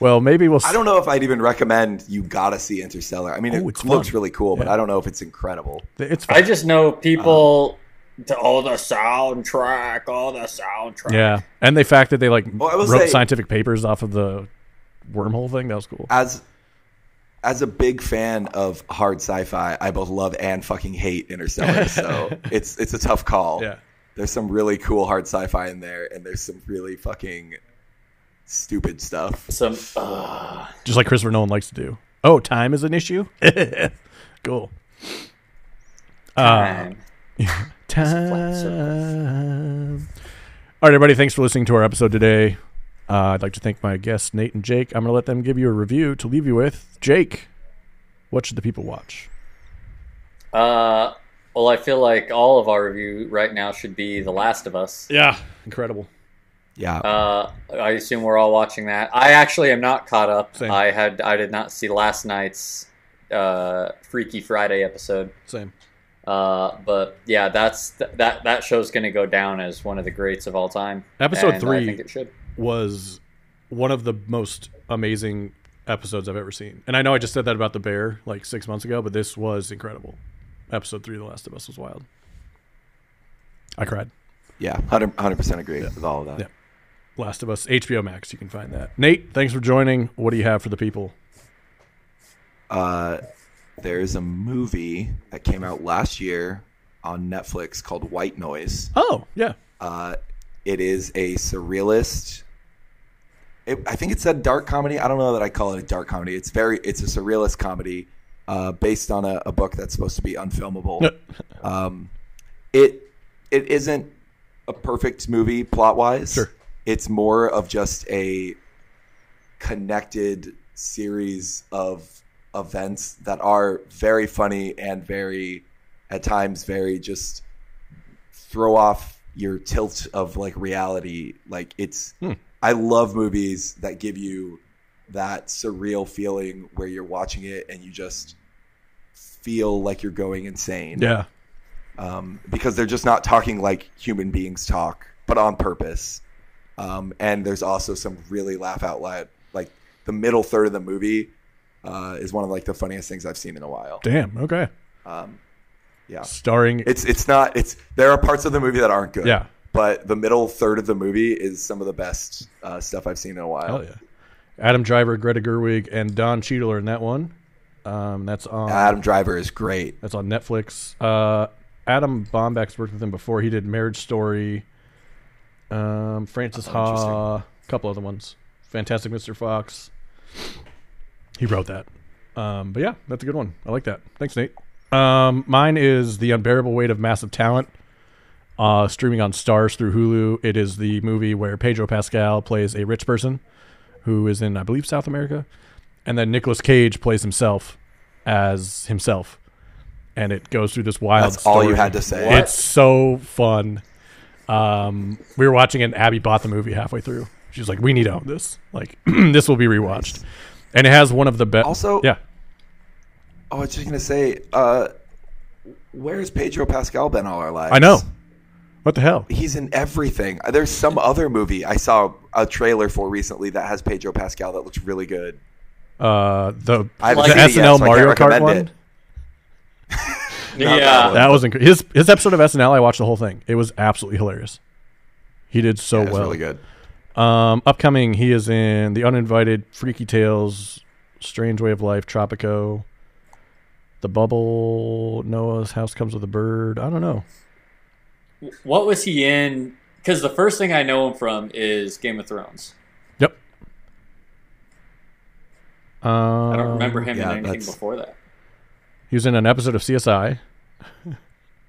Speaker 1: Well, maybe we'll.
Speaker 3: I
Speaker 1: s-
Speaker 3: don't know if I'd even recommend you gotta see Interstellar. I mean,
Speaker 1: Oh,
Speaker 3: it
Speaker 1: it's
Speaker 3: looks
Speaker 1: fun.
Speaker 3: really cool, but
Speaker 1: Yeah.
Speaker 3: I don't know if it's incredible.
Speaker 1: It's
Speaker 2: I
Speaker 1: fine.
Speaker 2: just know people.
Speaker 3: Uh-huh.
Speaker 2: to all the soundtrack, all the soundtrack.
Speaker 1: Yeah, and the fact that they like
Speaker 3: Well, I will
Speaker 1: wrote
Speaker 3: say-
Speaker 1: scientific papers off of the wormhole thing that was cool.
Speaker 3: As as a big fan of hard sci-fi, I both love and fucking hate
Speaker 1: [laughs]
Speaker 3: Interstellar. so it's it's a tough call.
Speaker 1: Yeah.
Speaker 3: There's some really cool hard sci-fi in there, and there's some really fucking stupid stuff.
Speaker 2: Some. Uh,
Speaker 1: Just like Christopher Nolan likes to do. Oh, time is an issue. [laughs] cool. Uh,
Speaker 2: time. flat
Speaker 1: time. All right, everybody. Thanks for listening to our episode today. Uh, I'd like to thank my guests, Nate and Jake. I'm going to let them give you a review to leave you with. Jake, what should the people watch?
Speaker 2: Uh, well, I feel like all of our review right now should be The Last of Us.
Speaker 1: Yeah, incredible.
Speaker 3: Yeah.
Speaker 2: Uh, I assume we're all watching that. I actually am not caught up.
Speaker 1: Same.
Speaker 2: I had I did not see last night's uh, Freaky Friday episode.
Speaker 1: Same.
Speaker 2: Uh, but yeah, that's th- that that show's going to go down as one of the greats of all time.
Speaker 1: Episode
Speaker 2: And I
Speaker 1: three.
Speaker 2: think it should.
Speaker 1: was one of the most amazing episodes I've ever seen. And I know I just said that about the bear like six months ago, but this was incredible. Episode three of The Last of Us was wild. I cried.
Speaker 3: Yeah, 100 percent agree with all of that.
Speaker 1: Yeah. Last of Us, HBO Max, you can find that. Nate, thanks for joining. What do you have for the people?
Speaker 3: Uh, there's a movie that came out last year on Netflix called White Noise.
Speaker 1: Oh, yeah.
Speaker 3: Uh, it is a surrealist. It, I think it said dark comedy. I don't know that I call it a dark comedy. It's very. It's a surrealist comedy uh, based on a, a book that's supposed to be unfilmable. um, it it isn't a perfect movie plot wise.
Speaker 1: Sure.
Speaker 3: It's more of just a connected series of events that are very funny and very at times very just throw off your tilt of like reality like it's
Speaker 1: Hmm.
Speaker 3: i love movies that give you that surreal feeling where you're watching it and you just feel like you're going insane
Speaker 1: Yeah.
Speaker 3: um, because they're just not talking like human beings talk, but on purpose. Um, and there's also some really laugh out loud. Like the middle third of the movie uh, is one of like the funniest things I've seen in a while.
Speaker 1: Damn. Okay.
Speaker 3: Um, yeah,
Speaker 1: Starring.
Speaker 3: it's it's not it's there are parts of the movie that aren't good.
Speaker 1: Yeah.
Speaker 3: but the middle third of the movie is some of the best uh, stuff I've seen in a while.
Speaker 1: Hell Oh, yeah. Adam Driver, Greta Gerwig, and Don Cheadle are in that one. Um, that's on.
Speaker 3: Adam Driver is great.
Speaker 1: That's on Netflix. Uh, Adam Bomback's worked with him before. He did Marriage Story, um, Francis
Speaker 3: Oh,
Speaker 1: Ha, a couple other ones. Fantastic Mr. Fox. He wrote that. Um, but yeah, that's a good one. I like that. Thanks, Nate. Um, mine is The Unbearable Weight of Massive Talent, uh, streaming on Stars through Hulu. It is the movie where Pedro Pascal plays a rich person who is in, I believe, South America. And then Nicolas Cage plays himself as himself. And it goes through this wild
Speaker 3: That's all you
Speaker 1: story.
Speaker 3: had to say.
Speaker 2: What?
Speaker 1: It's so fun. Um, we were watching it, and Abby bought the movie halfway through. She's like, "We need to own this. Like, [clears throat] this will be rewatched." And it has one of the best.
Speaker 3: Also-
Speaker 1: yeah,
Speaker 3: Oh, I was just gonna say, uh, where's Pedro Pascal been all our lives?
Speaker 1: I know. What the hell?
Speaker 3: he's in everything. There's some other movie I saw a trailer for recently that has Pedro Pascal that looks really good.
Speaker 1: Uh, the
Speaker 3: I haven't
Speaker 1: the
Speaker 3: seen it yet,
Speaker 1: SNL
Speaker 3: so I can't
Speaker 1: Mario Kart
Speaker 3: recommend
Speaker 1: one.
Speaker 3: it.
Speaker 2: Yeah,
Speaker 3: that one.
Speaker 1: That was inc- his his episode of SNL. I watched the whole thing. It was absolutely hilarious. He did so
Speaker 3: That's
Speaker 1: well.
Speaker 3: really good.
Speaker 1: Um, upcoming, he is in The Uninvited, Freaky Tales, Strange Way of Life, Tropico, The Bubble, Noah's House Comes with a Bird. I don't know.
Speaker 2: what was he in because the first thing I know him from is Game of Thrones.
Speaker 1: Yep. Um,
Speaker 2: I don't remember him
Speaker 3: yeah,
Speaker 2: in anything
Speaker 3: that's-
Speaker 2: before that.
Speaker 1: He was in an episode of
Speaker 3: [laughs]
Speaker 1: CSI,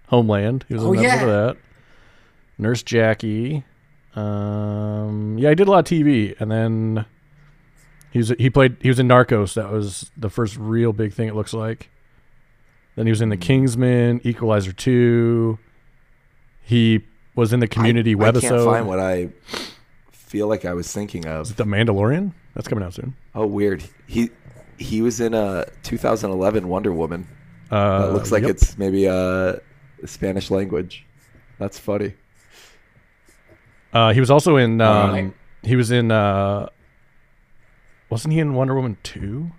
Speaker 1: Homeland. He was in
Speaker 2: Oh,
Speaker 1: an episode
Speaker 2: yeah.
Speaker 1: of that. Nurse Jackie. Um, yeah, he did a lot of TV, and then he was he played he was in Narcos. That was the first real big thing. It looks like. Then he was in
Speaker 3: Hmm.
Speaker 1: The Kingsman, Equalizer Two. He was in the Community
Speaker 3: I
Speaker 1: webisode.
Speaker 3: can't find what I feel like I was thinking of.
Speaker 1: The Mandalorian. That's coming out soon.
Speaker 3: Oh, weird. He he was in a 2011 Wonder Woman.
Speaker 1: Uh,
Speaker 3: That looks like
Speaker 1: yep.
Speaker 3: it's maybe uh, Spanish language. That's funny.
Speaker 1: Uh, he was also in. Um,
Speaker 2: Alright.
Speaker 1: He was in. Uh, wasn't he in Wonder Woman two?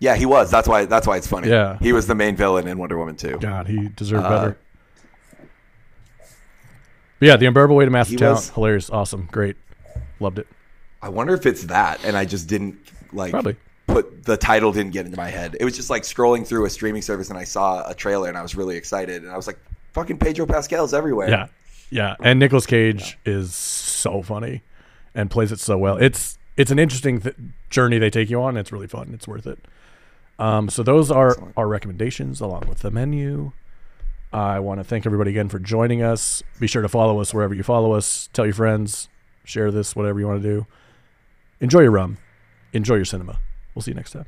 Speaker 3: Yeah, he was. That's why. That's why it's funny.
Speaker 1: Yeah.
Speaker 3: he was the main villain in Wonder Woman 2.
Speaker 1: God, he deserved
Speaker 3: Uh,
Speaker 1: better. But yeah, the unbearable way to master
Speaker 3: he
Speaker 1: talent.
Speaker 3: was-
Speaker 1: Hilarious, awesome, great, loved it.
Speaker 3: I wonder if it's that, and I just didn't like
Speaker 1: Probably.
Speaker 3: put the title didn't get into my head. It was just like scrolling through a streaming service, and I saw a trailer, and I was really excited, and I was like, "Fucking Pedro Pascal's everywhere."
Speaker 1: Yeah, yeah. And Nicolas Cage is so funny, and plays it so well. It's it's an interesting th- journey they take you on. It's really fun. It's worth it. Um, so those are our recommendations along with the menu. I want to thank everybody again for joining us. Be sure to follow us wherever you follow us. Tell your friends, share this, whatever you want to do. Enjoy your rum. Enjoy your cinema. We'll see you next time.